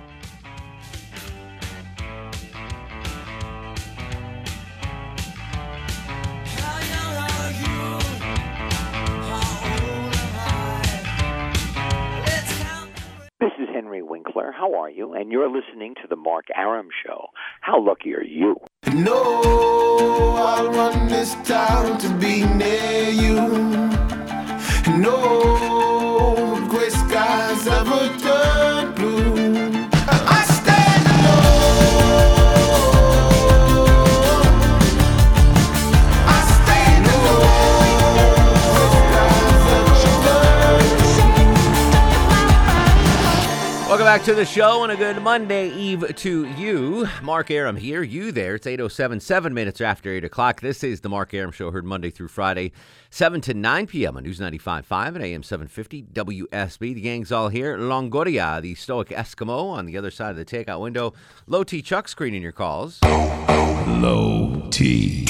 Speaker 17: This is Henry Winkler. How are you? And you're listening to The Mark Aram Show. How lucky are you?
Speaker 2: No, I want Oh, this town to be near you. No gray skies ever turn blue. I stand alone. I stand
Speaker 3: Welcome back to the show and a good Monday Eve to you. Mark Aram here, you there. It's 8.07, seven minutes after 8 o'clock. This is the Mark Aram Show, heard Monday through Friday, 7 to 9 p.m. on News 95.5 and AM 750 WSB. The gang's all here. Longoria, the stoic Eskimo on the other side of the takeout window. Low T Chuck screening your calls.
Speaker 4: Low T.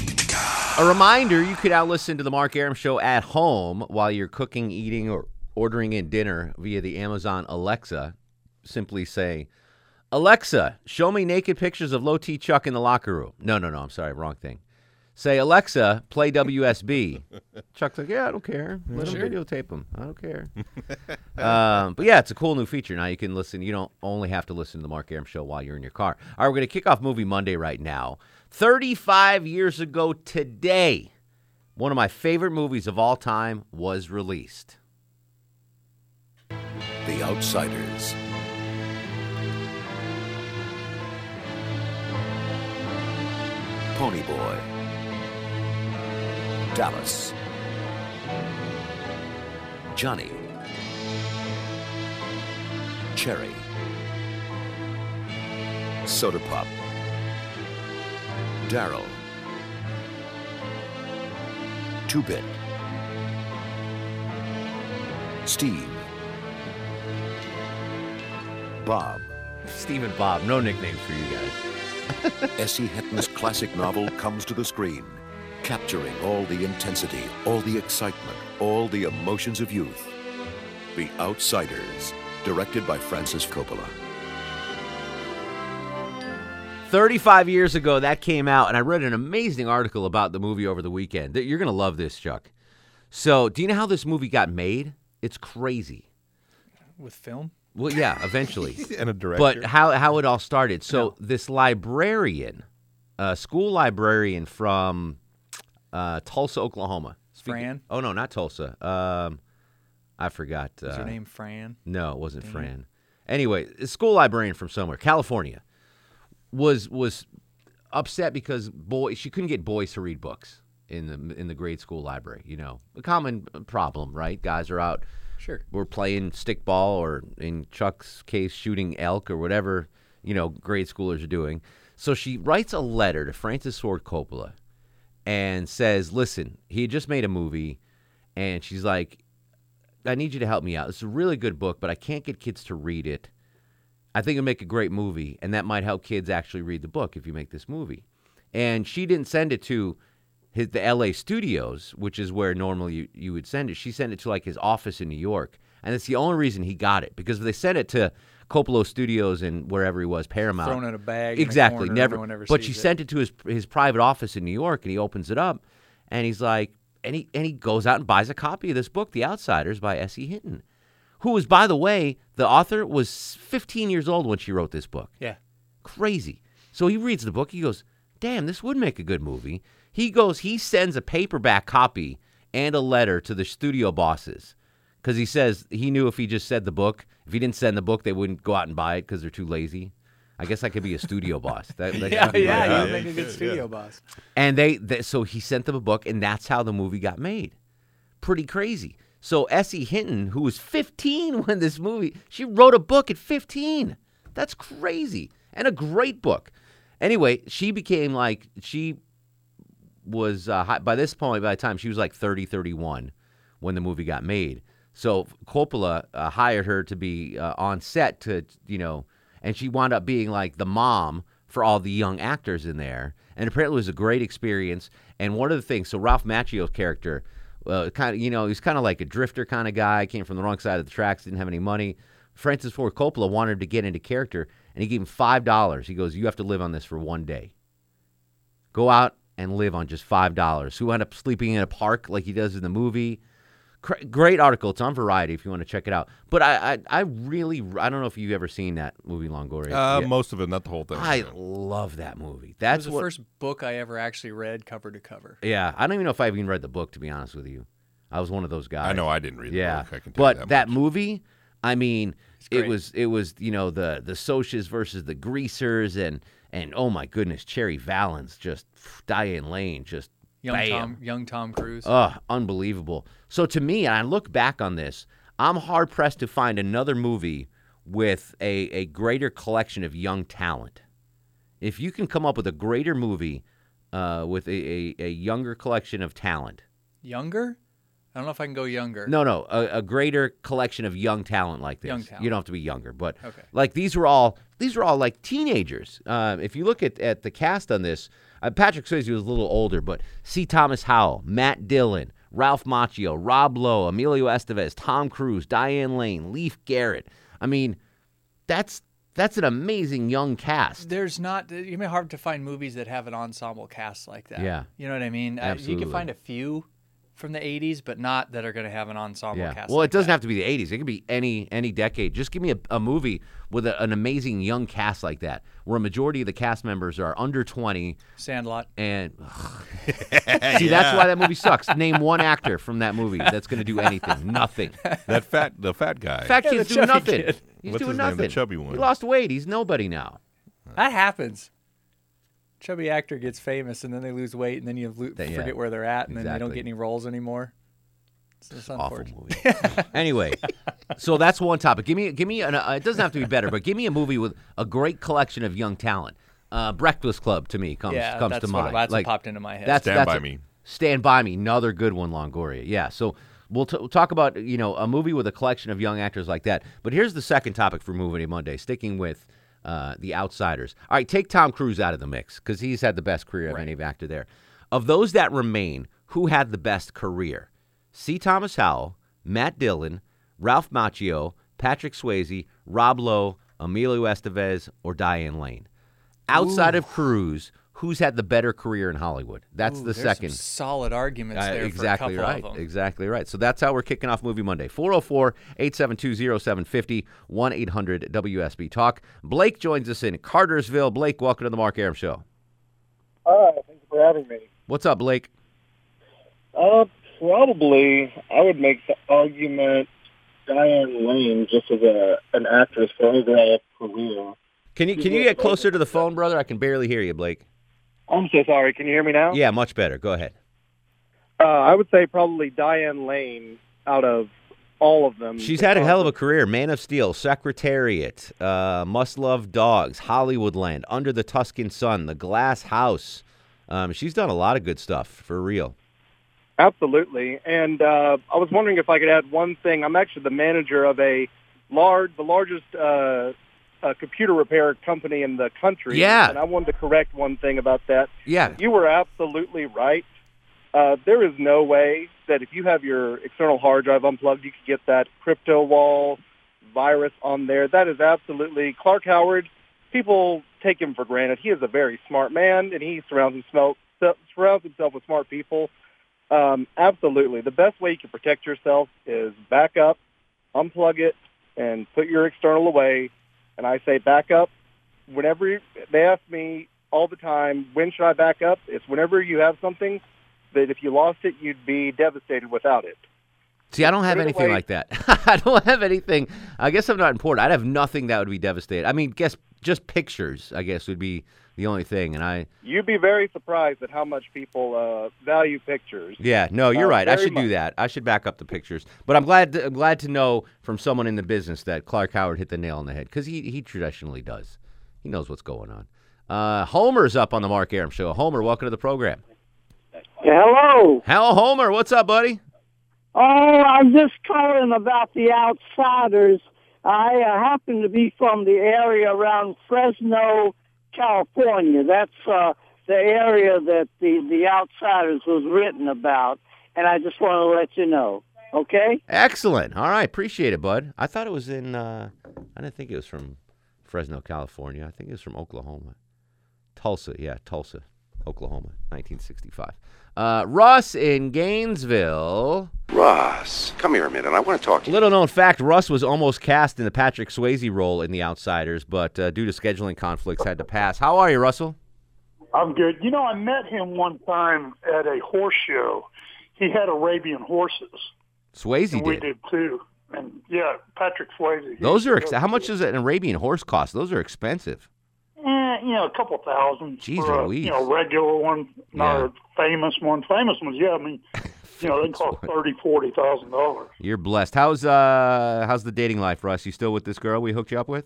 Speaker 3: A reminder you could out listen to the Mark Aram show at home while you're cooking, eating, or ordering in dinner via the Amazon Alexa. Simply say, Alexa, show me naked pictures of low T Chuck in the locker room. No, no, no, I'm sorry, wrong thing. Say, Alexa, play WSB. Chuck's like, yeah, I don't care. Let
Speaker 1: Sure.
Speaker 3: him videotape him. I don't
Speaker 4: <laughs>
Speaker 3: care. <laughs> um, but yeah, it's a cool new feature. Now you can listen. You don't only have to listen to the Mark Aram show while you're in your car. All right, we're going to kick off Movie Monday right now. 35 years ago today, one of my favorite movies of all time was released.
Speaker 18: The Outsiders. Ponyboy. Dallas. Johnny. Cherry. Soda Pop. Daryl. Two Bit. Steve. Bob.
Speaker 3: Steve and Bob, no nickname for you guys.
Speaker 18: Essie Hinton's classic novel comes to the screen, capturing all the intensity, all the excitement, all the emotions of youth. The Outsiders, directed by Francis Coppola.
Speaker 3: 35 years ago, that came out, and I read an amazing article about the movie over the weekend. Th- You're going to love this, Chuck. So, do you know how this movie got made? It's crazy.
Speaker 5: with film.
Speaker 3: Well, yeah, eventually.
Speaker 4: <laughs> And a
Speaker 3: But
Speaker 4: director.
Speaker 3: how, how it all started. So this librarian, uh, school librarian from uh, Tulsa, Oklahoma. Speaking-
Speaker 5: Fran?
Speaker 3: Oh, no, not Tulsa. Um, I forgot.
Speaker 5: Is her
Speaker 3: uh,
Speaker 5: name Fran?
Speaker 3: No, it wasn't
Speaker 5: Dang it.
Speaker 3: Fran. Anyway, a school librarian from somewhere, California, was was upset because boy she couldn't get boys to read books in the in the grade school library. You know, a common problem, right? Guys are out.
Speaker 5: Sure.
Speaker 3: We're playing stickball, or in Chuck's case, shooting elk, or whatever you know grade schoolers are doing. So she writes a letter to Francis Ford Coppola, and says, "Listen, he had just made a movie, and she's like, I need you to help me out. It's a really good book, but I can't get kids to read it. I think it'll make a great movie, and that might help kids actually read the book if you make this movie." And she didn't send it to his the L.A. studios, which is where normally you, you would send it. She sent it to like his office in New York, and that's the only reason he got it because if they sent it to Coppola Studios and wherever he was, Paramount,
Speaker 5: Thrown in a bag in a
Speaker 3: Exactly,
Speaker 5: corner,
Speaker 3: never.
Speaker 5: no one ever
Speaker 3: but she
Speaker 5: sees it.
Speaker 3: sent it to his his private office in New York, and he opens it up, and he's like, and he and he goes out and buys a copy of this book, The Outsiders, by S. E. Hinton, who was, by the way, the author was 15 years old when she wrote this book.
Speaker 5: Yeah.
Speaker 3: Crazy. So he reads the book. He goes, damn, this would make a good movie. He goes, he sends a paperback copy and a letter to the studio bosses because he says he knew if he just said the book, if he didn't send the book, they wouldn't go out and buy it because they're too lazy. I guess I could be a studio boss.
Speaker 5: <laughs>
Speaker 3: That, that
Speaker 5: yeah,
Speaker 3: could be my
Speaker 5: yeah,
Speaker 3: job.
Speaker 5: you make a good studio boss.
Speaker 3: And they, they so he sent them a book, and that's how the movie got made. Pretty crazy. So Essie Hinton, who was 15 <laughs> when this movie, she wrote a book at 15. That's crazy, and a great book. Anyway, she became like she was uh, hi- by this point by the time she was like 30 31 when the movie got made so coppola uh, hired her to be uh, on set to you know and she wound up being like the mom for all the young actors in there and apparently it was a great experience and one of the things so ralph macchio's character uh, kind of you know he's kind of like a drifter kind of guy came from the wrong side of the tracks didn't have any money francis ford coppola wanted him to get into character and he gave him five dollars he goes you have to live on this for one day go out and live on just five dollars. Who end up sleeping in a park like he does in the movie? Cr- great article. It's on Variety if you want to check it out. But I, I, I really, I don't know if you've ever seen that movie Longoria.
Speaker 4: Uh,
Speaker 3: Yeah.
Speaker 4: Most of it, not the whole thing.
Speaker 3: I love that movie.
Speaker 5: That
Speaker 3: That's
Speaker 5: was the
Speaker 3: what.
Speaker 5: first book I ever actually read cover to cover.
Speaker 3: yeah, I don't even know if I've even read the book to be honest with you. I was one of those guys.
Speaker 4: I know I didn't read the
Speaker 3: yeah.
Speaker 4: book, I can tell you
Speaker 3: but that, movie, I mean, it
Speaker 5: great.
Speaker 3: was it was you know the the Socias versus the Greasers and and oh my goodness, Cherry Valens just Diane Lane just
Speaker 5: Young
Speaker 3: bam.
Speaker 5: Tom, young Tom Cruise.
Speaker 3: Oh, unbelievable. So to me, and I look back on this, I'm hard pressed to find another movie with a, a greater collection of young talent. If you can come up with a greater movie uh, with a, a, a younger collection of talent,
Speaker 5: younger? I don't know if I can go younger.
Speaker 3: no, no, a, a greater collection of young talent like this.
Speaker 5: Young talent.
Speaker 3: You don't have to be younger, but
Speaker 5: Okay.
Speaker 3: like these were all these were all like teenagers. Uh, if you look at, at the cast on this, uh, Patrick Swayze was a little older, but C. Thomas Howell, Matt Dillon, Ralph Macchio, Rob Lowe, Emilio Estevez, Tom Cruise, Diane Lane, Leaf Garrett. I mean, that's that's an amazing young cast.
Speaker 5: There's not. It may be hard to find movies that have an ensemble cast like that.
Speaker 3: Yeah.
Speaker 5: You know what I mean? Uh, you
Speaker 3: Absolutely.
Speaker 5: can find a few from the '80s, but not that are going to have an ensemble cast.
Speaker 3: Well,
Speaker 5: like
Speaker 3: it doesn't have to be the 80s. It could be any any decade. Just give me a, a movie with a, an amazing young cast like that, where a majority of the cast members are under 20.
Speaker 5: Sandlot.
Speaker 3: And
Speaker 4: <laughs>
Speaker 3: see, that's
Speaker 4: Yeah.
Speaker 3: why that movie sucks. Name one actor from that movie that's going to do anything. Nothing.
Speaker 4: That fat, the fat guy.
Speaker 3: Fat
Speaker 5: Yeah,
Speaker 3: kid's
Speaker 5: the
Speaker 3: doing
Speaker 5: chubby
Speaker 3: nothing.
Speaker 5: kid.
Speaker 3: He's
Speaker 4: What's
Speaker 3: doing
Speaker 4: his name? The
Speaker 3: nothing.
Speaker 4: chubby one.
Speaker 3: He lost weight. He's nobody now.
Speaker 5: That happens. Chubby actor gets famous, and then they lose weight, and then you lo-
Speaker 3: They- yeah.
Speaker 5: forget where they're at, and then they don't
Speaker 3: Exactly.
Speaker 5: get any roles anymore. It's just
Speaker 3: Awful
Speaker 5: unfortunate.
Speaker 3: movie.
Speaker 5: <laughs>
Speaker 3: anyway, so that's one topic. Give me, give me. An, uh, it doesn't have to be better, but give me a movie with a great collection of young talent. Uh, Breakfast Club to me comes
Speaker 5: Yeah,
Speaker 3: comes to
Speaker 5: that's what-
Speaker 3: mind.
Speaker 5: that's what popped into my head.
Speaker 3: That's,
Speaker 4: Stand
Speaker 3: that's
Speaker 4: By
Speaker 3: a-
Speaker 4: Me.
Speaker 3: Stand by me. Another good one, Longoria. Yeah. So we'll, t- we'll talk about you know a movie with a collection of young actors like that. But here's the second topic for Movie Monday. Sticking with. Uh, the outsiders. All right, take Tom Cruise out of the mix because he's had the best career of any actor there. Of those that remain, who had the best career? C. Thomas Howell, Matt Dillon, Ralph Macchio, Patrick Swayze, Rob Lowe, Emilio Estevez, or Diane Lane. Outside of Cruise, who's had the better career in Hollywood?
Speaker 5: Ooh,
Speaker 3: That's the
Speaker 5: there's some
Speaker 3: second.
Speaker 5: solid arguments
Speaker 3: Uh,
Speaker 5: there
Speaker 3: exactly
Speaker 5: for a couple
Speaker 3: right.
Speaker 5: of them.
Speaker 3: Exactly right. So that's how we're kicking off Movie Monday. 404 872 0750 1 800 WSB Talk. Blake joins us in Cartersville. Blake, welcome to the Mark Aram Show.
Speaker 19: All right, thank you for having me.
Speaker 3: What's up, Blake?
Speaker 19: Uh, probably I would make the argument Diane Lane just as a an actress for overall career.
Speaker 3: Can you can you get closer to the phone, brother? I can barely hear you, Blake.
Speaker 19: I'm so sorry. Can you hear me now?
Speaker 3: Yeah, much better. Go ahead.
Speaker 19: Uh, I would say probably Diane Lane out of all of them.
Speaker 3: She's had a hell of a career. Man of Steel, Secretariat, uh, Must Love Dogs, Hollywoodland, Under the Tuscan Sun, The Glass House. Um, she's done a lot of good stuff for real.
Speaker 19: Uh, Absolutely. And uh, I was wondering if I could add one thing. I'm actually the manager of a large, the largest uh, uh, computer repair company in the country.
Speaker 3: Yeah.
Speaker 19: And I wanted to correct one thing about that.
Speaker 3: Yeah.
Speaker 19: You were absolutely right. Uh, there is no way that if you have your external hard drive unplugged, you could get that crypto wall virus on there. That is absolutely Clark Howard. People take him for granted. He is a very smart man, and he surrounds himself surrounds himself with smart people. Um, absolutely, the best way you can protect yourself is back up, unplug it, and put your external away. And I say back up whenever you, they ask me all the time, when should I back up? It's whenever you have something that if you lost it, you'd be devastated without it.
Speaker 3: See, I don't have
Speaker 19: Put it
Speaker 3: anything
Speaker 19: away.
Speaker 3: <laughs> like that. I don't have anything. I guess I'm not important. I'd have nothing that would be devastated. I mean, guess just pictures, I guess, would be the only thing. And I,
Speaker 19: You'd be very surprised at how much people uh, value pictures.
Speaker 3: yeah, no, you're
Speaker 19: Uh,
Speaker 3: right. I
Speaker 19: very
Speaker 3: should do
Speaker 19: much.
Speaker 3: that. I should back up the pictures. But I'm glad, I'm glad to know from someone in the business that Clark Howard hit the nail on the head because he he traditionally does. He knows what's going on. Uh, Homer's up on the Mark Aram show. Homer, welcome to the program.
Speaker 20: Hello.
Speaker 3: Hello, Homer. What's up, buddy?
Speaker 20: Oh, I'm just calling about the outsiders. I uh, happen to be from the area around Fresno, California. That's uh, the area that the, the outsiders was written about. And I just want to let you know. Okay?
Speaker 3: Excellent. All right, appreciate it, bud. I thought it was in. Uh, I didn't think it was from Fresno, California. I think it was from Oklahoma, Tulsa. Yeah, Tulsa, Oklahoma, 1965. Uh, Russ in Gainesville.
Speaker 21: Russ, come here a minute. I want to talk to you.
Speaker 3: Little known fact: Russ was almost cast in the Patrick Swayze role in The Outsiders, but uh, due to scheduling conflicts, had to pass. How are you, Russell?
Speaker 22: I'm good. You know, I met him one time at a horse show. He had Arabian horses.
Speaker 3: Swayze
Speaker 22: and
Speaker 3: did.
Speaker 22: we did too. And yeah, Patrick Swayze. he
Speaker 3: Those are
Speaker 22: was
Speaker 3: ex-
Speaker 22: the
Speaker 3: how much does an Arabian horse cost? Those are expensive.
Speaker 22: Eh, you know, a couple thousand.
Speaker 3: Jeez
Speaker 22: for a,
Speaker 3: Louise.
Speaker 22: you know, regular one, not a famous one. Famous ones, yeah. I
Speaker 3: <laughs>
Speaker 22: mean, you know, they cost thirty, forty thousand dollars.
Speaker 3: You're blessed. How's uh how's the dating life, Russ? You still with this girl we hooked you up with?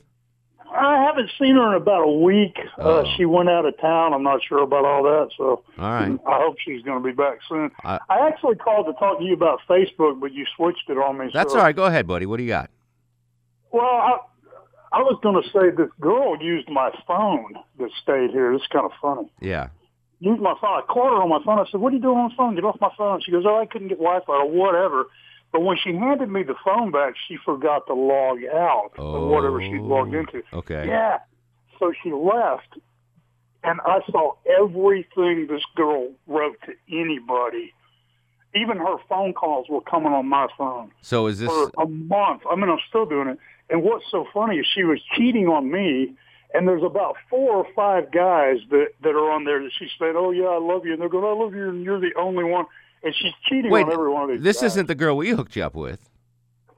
Speaker 22: I haven't seen her in about a week.
Speaker 3: Oh.
Speaker 22: Uh, she went out of town. I'm not sure about all that. So
Speaker 3: All right. Uh,
Speaker 22: I hope she's going to be back soon.
Speaker 3: I-
Speaker 22: I actually called to talk to you about Facebook, but you switched it on me.
Speaker 3: That's
Speaker 22: so-
Speaker 3: all right. Go ahead, buddy. What do you got?
Speaker 22: Well, I, I was going to say this girl used my phone that stayed here. This is kind of funny.
Speaker 3: Yeah.
Speaker 22: Used my phone. I caught her on my phone. I said, "What are you doing on the phone? Get off my phone." She goes, "Oh, I couldn't get Wi-Fi or whatever." But when she handed me the phone back, she forgot to log out or whatever she logged into.
Speaker 3: Okay.
Speaker 22: Yeah. So she left, and I saw everything this girl wrote to anybody. Even her phone calls were coming on my phone
Speaker 3: So is this
Speaker 22: for a month. I mean, I'm still doing it. And what's so funny is she was cheating on me. And there's about four or five guys that that are on there that she said, "Oh yeah, I love you," and they're going, "I love you," and you're the only one. And she's cheating
Speaker 3: wait?
Speaker 22: on every one of these.
Speaker 3: This
Speaker 22: guys.
Speaker 3: isn't the girl we hooked you up with.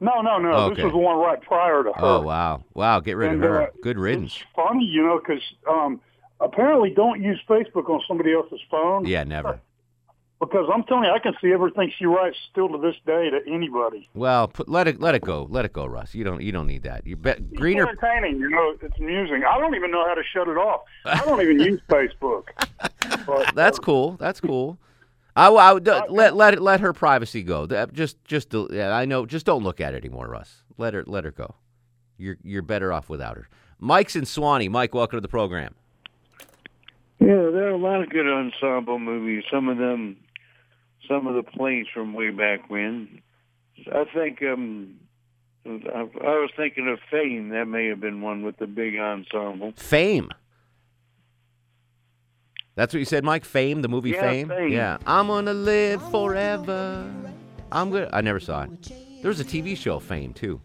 Speaker 22: No, no, no.
Speaker 3: Okay.
Speaker 22: This was the one right prior to her.
Speaker 3: Oh wow, wow! Get rid of
Speaker 22: And,
Speaker 3: her.
Speaker 22: uh,
Speaker 3: Good riddance.
Speaker 22: Funny, you know, because um, apparently don't use Facebook on somebody else's phone.
Speaker 3: Yeah, never.
Speaker 22: Because I'm telling you, I can see everything she writes still to this day to anybody.
Speaker 3: Well, put, let it let it go. Let it go, Russ. You don't you don't need that. You bet greener.
Speaker 22: It's entertaining, you know. It's amusing. I don't even know how to shut it off. I don't
Speaker 3: <laughs>
Speaker 22: even use Facebook. But,
Speaker 3: That's cool. That's cool. I, I would- uh, let let let her privacy go. That- Just just del- yeah, I know. Just don't look at it anymore, Russ. Let her let her go. You're you're better off without her. Mike's in Swanee. Mike, welcome to the program.
Speaker 23: Yeah, there are a lot of good ensemble movies. Some of them, some of the plays from way back when. I think um, I, I was thinking of Fame. That may have been one with the big ensemble.
Speaker 3: Fame. That's what you said, Mike. Fame, the <laughs> movie
Speaker 23: Yeah,
Speaker 3: Fame.
Speaker 23: Fame.
Speaker 3: Yeah, I'm gonna live forever. I'm gonna. I never saw it. There was a TV show, Fame, too.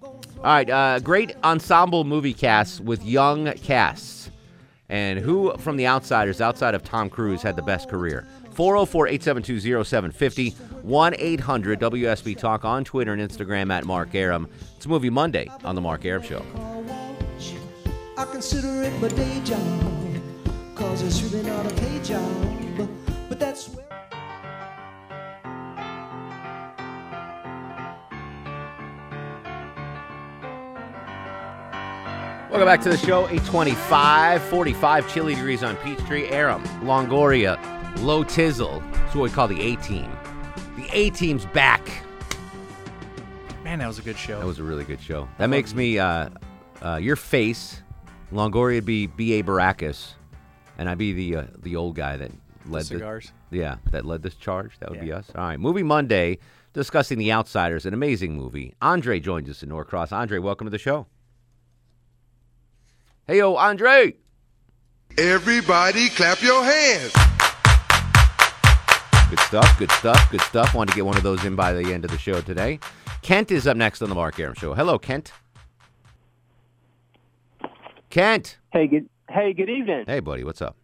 Speaker 3: All right, uh, great ensemble movie casts with young casts. And who from the outsiders, outside of Tom Cruise, had the best career? 404 872 0750, 1 800 WSB Talk on Twitter and Instagram at Mark Aram. It's Movie Monday on The Mark Aram Show.
Speaker 1: I consider it my day job, cause it's really not a pay job, but that's where.
Speaker 3: Welcome back to the show. 825, 45 chilly degrees on Peachtree, Aram, Longoria, Low Tizzle. It's what we call the A team. The A team's back.
Speaker 5: Man, that was a good show.
Speaker 3: That was a really good show. That makes me, uh, uh, your face, Longoria would be B.A. Baracus, and I'd be the uh, the old guy that led
Speaker 5: cigars.
Speaker 3: yeah, that led this charge. That would be
Speaker 5: Yeah.
Speaker 3: us. All right, Movie Monday, discussing The Outsiders, an amazing movie. Andre joins us in Norcross. Andre, welcome to the show. Hey, yo, Andre.
Speaker 24: Everybody clap your hands.
Speaker 3: Good stuff, good stuff, good stuff. Want to get one of those in by the end of the show today. Kent is up next on the Mark Aram Show. Hello, Kent. Kent.
Speaker 25: Hey, good. Hey, good evening.
Speaker 3: Hey, buddy, what's up?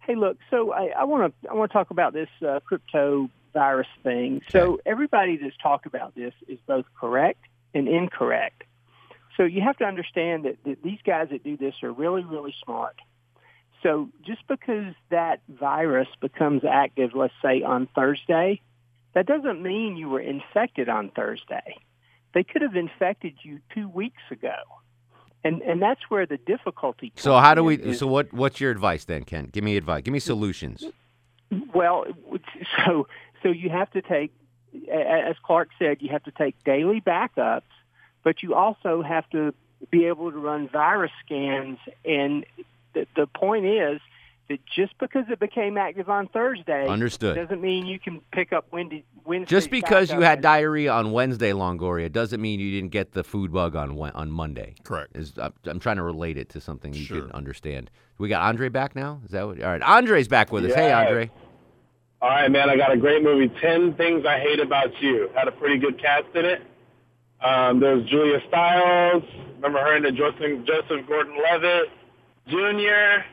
Speaker 25: Hey, look. So I want to I want to talk about this uh, crypto virus thing. So everybody that's talked about this is both correct and incorrect. So you have to understand that, that these guys that do this are really, really smart. So just because that virus becomes active, let's say on Thursday, that doesn't mean you were infected on Thursday. They could have infected you two weeks ago. And, and that's where the difficulty comes
Speaker 3: So how do
Speaker 25: in
Speaker 3: we?
Speaker 25: is-
Speaker 3: So what? What's your advice then, Ken? Give me advice. Give me solutions.
Speaker 25: Well, so so you have to take, a- as Clark said, you have to take daily backups, but you also have to be able to run virus scans. And the, the point is that just because it became active on Thursday,
Speaker 3: Understood.
Speaker 25: doesn't mean you can pick up Wendy Wednesday.
Speaker 3: Just because you had diarrhea on Wednesday, Longoria, doesn't mean you didn't get the food bug on Wed- on Monday. Correct. Is, I'm, I'm trying to relate it to something you can understand. We got Andre back now. Is that what? All right, Andre's back with us. Hey,
Speaker 26: Yes.
Speaker 3: Andre.
Speaker 26: All right, man. I got a great movie, Ten Things I Hate About You. Had a pretty good cast in it. Um, there was Julia Stiles. Remember her and the Joseph, Joseph Gordon-Levitt Jr.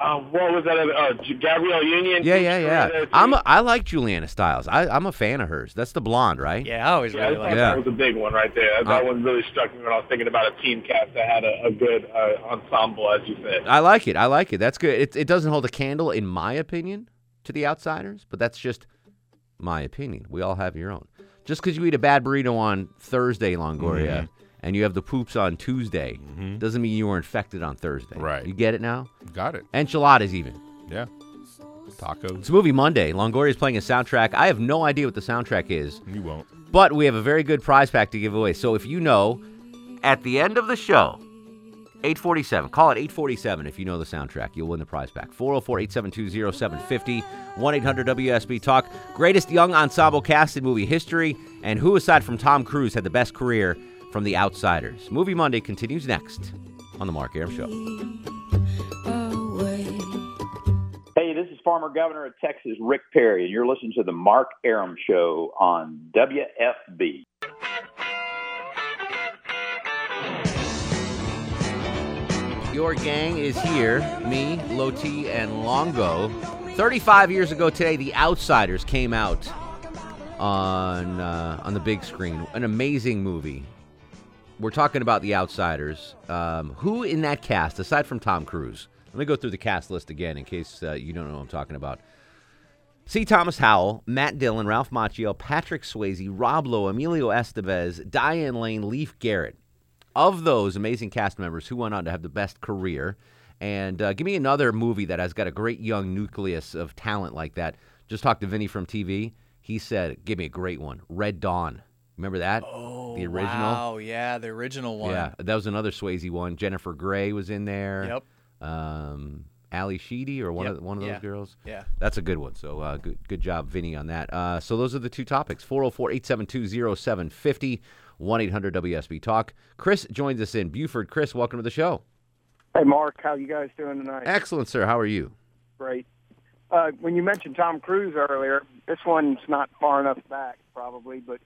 Speaker 26: Um, what was that? other- Oh, J- Gabrielle Union.
Speaker 3: Yeah, yeah,
Speaker 26: She was
Speaker 3: yeah.
Speaker 26: in there,
Speaker 3: I'm
Speaker 26: too.
Speaker 3: a, I like Juliana Styles. I, I'm a fan of hers. That's the blonde, right?
Speaker 26: Yeah, I always really
Speaker 3: like Uh,
Speaker 26: that. was a big one right there. That, that one really struck me when I was thinking about a team cast that had a, a good uh, ensemble, as you said.
Speaker 3: I like it. I like it. That's good. It, it doesn't hold a candle, in my opinion, to the outsiders, but that's just my opinion. We all have your own. Just because you eat a bad burrito on Thursday, Longoria, and you have the poops on Tuesday, doesn't mean you were infected on Thursday. Mm-hmm. Right. You get it now? Got it. Enchiladas, even. Yeah. Tacos. It's Movie Monday. Longoria's playing a soundtrack. I have no idea what the soundtrack is. You won't. But we have a very good prize pack to give away. So if you know, at the end of the show, 847. Call it 847 if you know the soundtrack. You'll win the prize pack. 404 872 0750 1 800 WSB Talk. Greatest young ensemble cast in movie history. And who, aside from Tom Cruise, had the best career from The Outsiders? Movie Monday continues next on The Mark Aram Show.
Speaker 6: Hey, this is former governor of Texas, Rick Perry, and you're listening to the Mark Aram Show on WFB.
Speaker 3: Your gang is here. Me, Loti, and Longo. 35 years ago today, The Outsiders came out on uh, on the big screen. An amazing movie. We're talking about The Outsiders. Um, who in that cast, aside from Tom Cruise? Let me go through the cast list again in case uh, you don't know what I'm talking about. C. Thomas Howell, Matt Dillon, Ralph Macchio, Patrick Swayze, Rob Lowe, Emilio Estevez, Diane Lane, Leaf Garrett. Of those amazing cast members, who went on to have the best career? And uh, give me another movie that has got a great young nucleus of talent like that. Just talked to Vinny from TV. He said, "Give me a great one, Red Dawn." Remember that? Oh, the original.
Speaker 5: Wow, yeah, the original one.
Speaker 3: Yeah, that was another Swayze one. Jennifer Grey was in there. Yep. Um, Ali Sheedy or one
Speaker 5: Yep,
Speaker 3: of one of
Speaker 5: yeah,
Speaker 3: those girls.
Speaker 5: yeah.
Speaker 3: That's a good one. So uh, good good job, Vinny, on that. Uh, so those are the two topics 404 872 0750 1 800 WSB Talk. Chris joins us in Buford. Chris, welcome to the show.
Speaker 7: Hey, Mark, how you guys doing tonight?
Speaker 3: Excellent, sir. How are you?
Speaker 7: Great. Uh, when you mentioned Tom Cruise earlier, this one's not far enough back, probably, but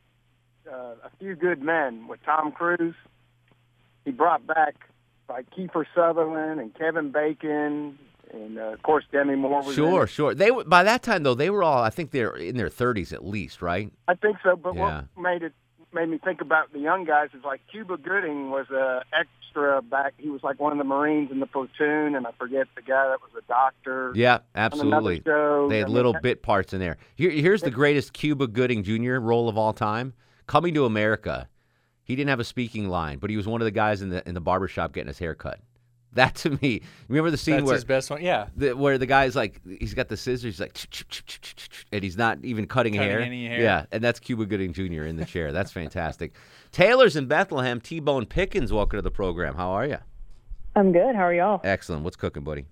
Speaker 7: uh, A Few Good Men with Tom Cruise. He brought back like Kiefer Sutherland and Kevin Bacon, and uh, of course Demi Moore was in
Speaker 3: Sure,
Speaker 7: it.
Speaker 3: sure. They were, by that time though, they were all I think they're in their 30s at least, right?
Speaker 7: I think so, but
Speaker 3: Yeah.
Speaker 7: what made it made me think about the young guys is like Cuba Gooding was a extra back. He was like one of the Marines in the platoon, and I forget the guy that was a doctor.
Speaker 3: Yeah,
Speaker 7: on another
Speaker 3: absolutely.
Speaker 7: show.
Speaker 3: They
Speaker 7: I
Speaker 3: had
Speaker 7: mean,
Speaker 3: little
Speaker 7: that-
Speaker 3: bit parts in there. Here, here's the greatest Cuba Gooding Jr. role of all time: Coming to America. He didn't have a speaking line, but he was one of the guys in the in the barbershop getting his hair cut. <laughs> That to me, remember the scene
Speaker 5: That's
Speaker 3: where
Speaker 5: his best one. Yeah.
Speaker 3: the, where the guy's like, he's got the scissors, he's like, "Ch- ch- ch- ch- ch- ch- ch," and he's not even cutting,
Speaker 5: Cutting any hair.
Speaker 3: Yeah, and that's Cuba Gooding Jr. in the chair. That's fantastic. Taylor's in Bethlehem. T Bone Pickens, welcome to the program. How are you?
Speaker 8: I'm good. How are y'all?
Speaker 3: Excellent. What's cooking, buddy?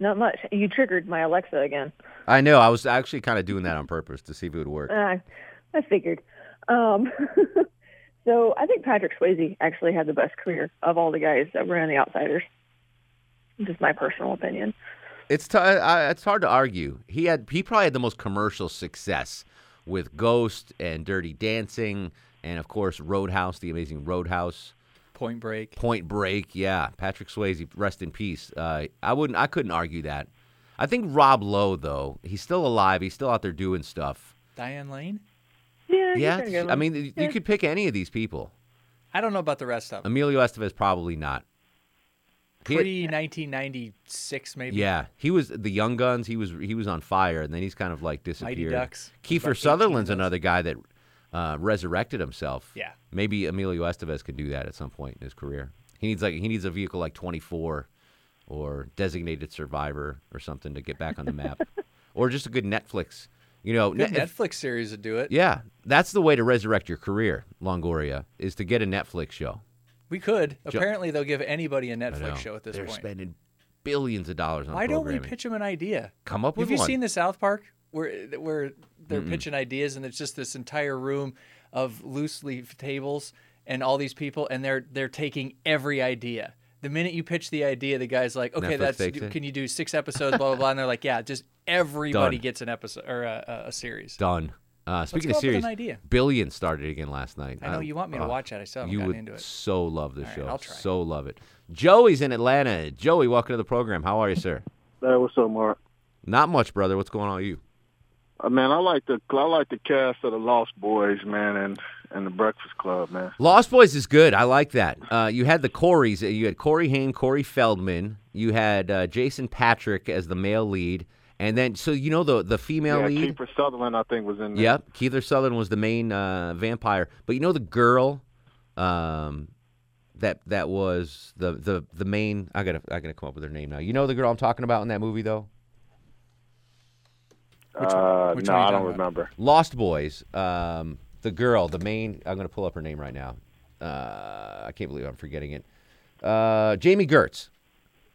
Speaker 8: Not much. You triggered my Alexa again.
Speaker 3: I know. I was actually kind of doing that on purpose to see if it would work.
Speaker 8: Uh, I figured. Um, <laughs> so I think Patrick Swayze actually had the best career of all the guys that were in The Outsiders. Just my personal opinion.
Speaker 3: It's t- I, it's hard to argue. He had he probably had the most commercial success with Ghost and Dirty Dancing, and of course Roadhouse, the amazing Roadhouse.
Speaker 5: Point Break.
Speaker 3: Point Break, yeah. Patrick Swayze, rest in peace. Uh, I wouldn't, I couldn't argue that. I think Rob Lowe though, he's still alive. He's still out there doing stuff.
Speaker 5: Diane Lane?
Speaker 8: Yeah.
Speaker 3: yeah, I mean, you could pick any of these people.
Speaker 5: I don't know about the rest of them.
Speaker 3: Emilio Estevez probably not. He had-
Speaker 5: Pre 1996, maybe.
Speaker 3: yeah, he was the Young Guns. He was he was on fire, and then he's kind of like disappeared.
Speaker 5: Ducks. About 18
Speaker 3: Kiefer
Speaker 5: of
Speaker 3: Sutherland's another guy that uh, resurrected himself.
Speaker 5: Yeah.
Speaker 3: maybe Emilio Estevez can do that at some point in his career. He needs like he needs a vehicle like 24 or Designated Survivor or something to get back on
Speaker 5: <laughs>
Speaker 3: the map, or just a good Netflix. You know,
Speaker 5: Good
Speaker 3: Net- if-
Speaker 5: Netflix series would do it.
Speaker 3: Yeah, that's the way to resurrect your career, Longoria, is to get a Netflix show.
Speaker 5: We could.
Speaker 3: Jo-
Speaker 5: Apparently, they'll give anybody a
Speaker 3: I know.
Speaker 5: Netflix show at this
Speaker 3: They're
Speaker 5: point.
Speaker 3: spending billions of dollars on
Speaker 5: Why don't we
Speaker 3: programming.
Speaker 5: pitch them an idea?
Speaker 3: Come up with
Speaker 5: Have you
Speaker 3: one.
Speaker 5: seen the South Park where where they're
Speaker 3: Mm-mm.
Speaker 5: pitching ideas and it's just this entire room of loose leaf tables and all these people and they're they're taking every idea. The minute you pitch the idea, the guy's like, "Okay,
Speaker 3: Netflix takes
Speaker 5: that's
Speaker 3: it?
Speaker 5: can you do six episodes?" Blah blah blah, and they're like, "Yeah, just everybody
Speaker 3: Done.
Speaker 5: gets an episode or a, a- a series."
Speaker 3: Done. Uh, speaking
Speaker 5: go
Speaker 3: of
Speaker 5: up with an
Speaker 3: series,
Speaker 5: idea.
Speaker 3: Billion started again last night.
Speaker 5: I know you want me to
Speaker 3: uh,
Speaker 5: watch it. I still haven't
Speaker 3: you
Speaker 5: gotten
Speaker 3: would
Speaker 5: into it.
Speaker 3: so love this
Speaker 5: All right,
Speaker 3: show.
Speaker 5: I'll try.
Speaker 3: So love it. Joey's in Atlanta. Joey, welcome to the program. How are you, sir?
Speaker 9: Hey, what's up, Mark?
Speaker 3: Not much, brother. What's going on with you?
Speaker 9: Uh, man, I like the I like the cast of the Lost Boys, man, and and the Breakfast Club, man.
Speaker 3: Lost Boys is good. I like that. Uh, you had the Coreys. You had Corey Haim, Corey Feldman. You had uh, Jason Patrick as the male lead, and then so you know the the female
Speaker 9: yeah,
Speaker 3: lead.
Speaker 9: Kiefer Sutherland, I think, was in there.
Speaker 3: Yep, Keither Sutherland was the main uh, vampire. But you know the girl, um, that that was the the the main. I gotta I gotta come up with her name now. You know the girl I'm talking about in that movie though.
Speaker 9: Uh, no, I don't remember.
Speaker 3: Lost Boys. Um, the girl, the main. I'm gonna pull up her name right now. Uh, I can't believe I'm forgetting it. Uh, Jamie Gertz.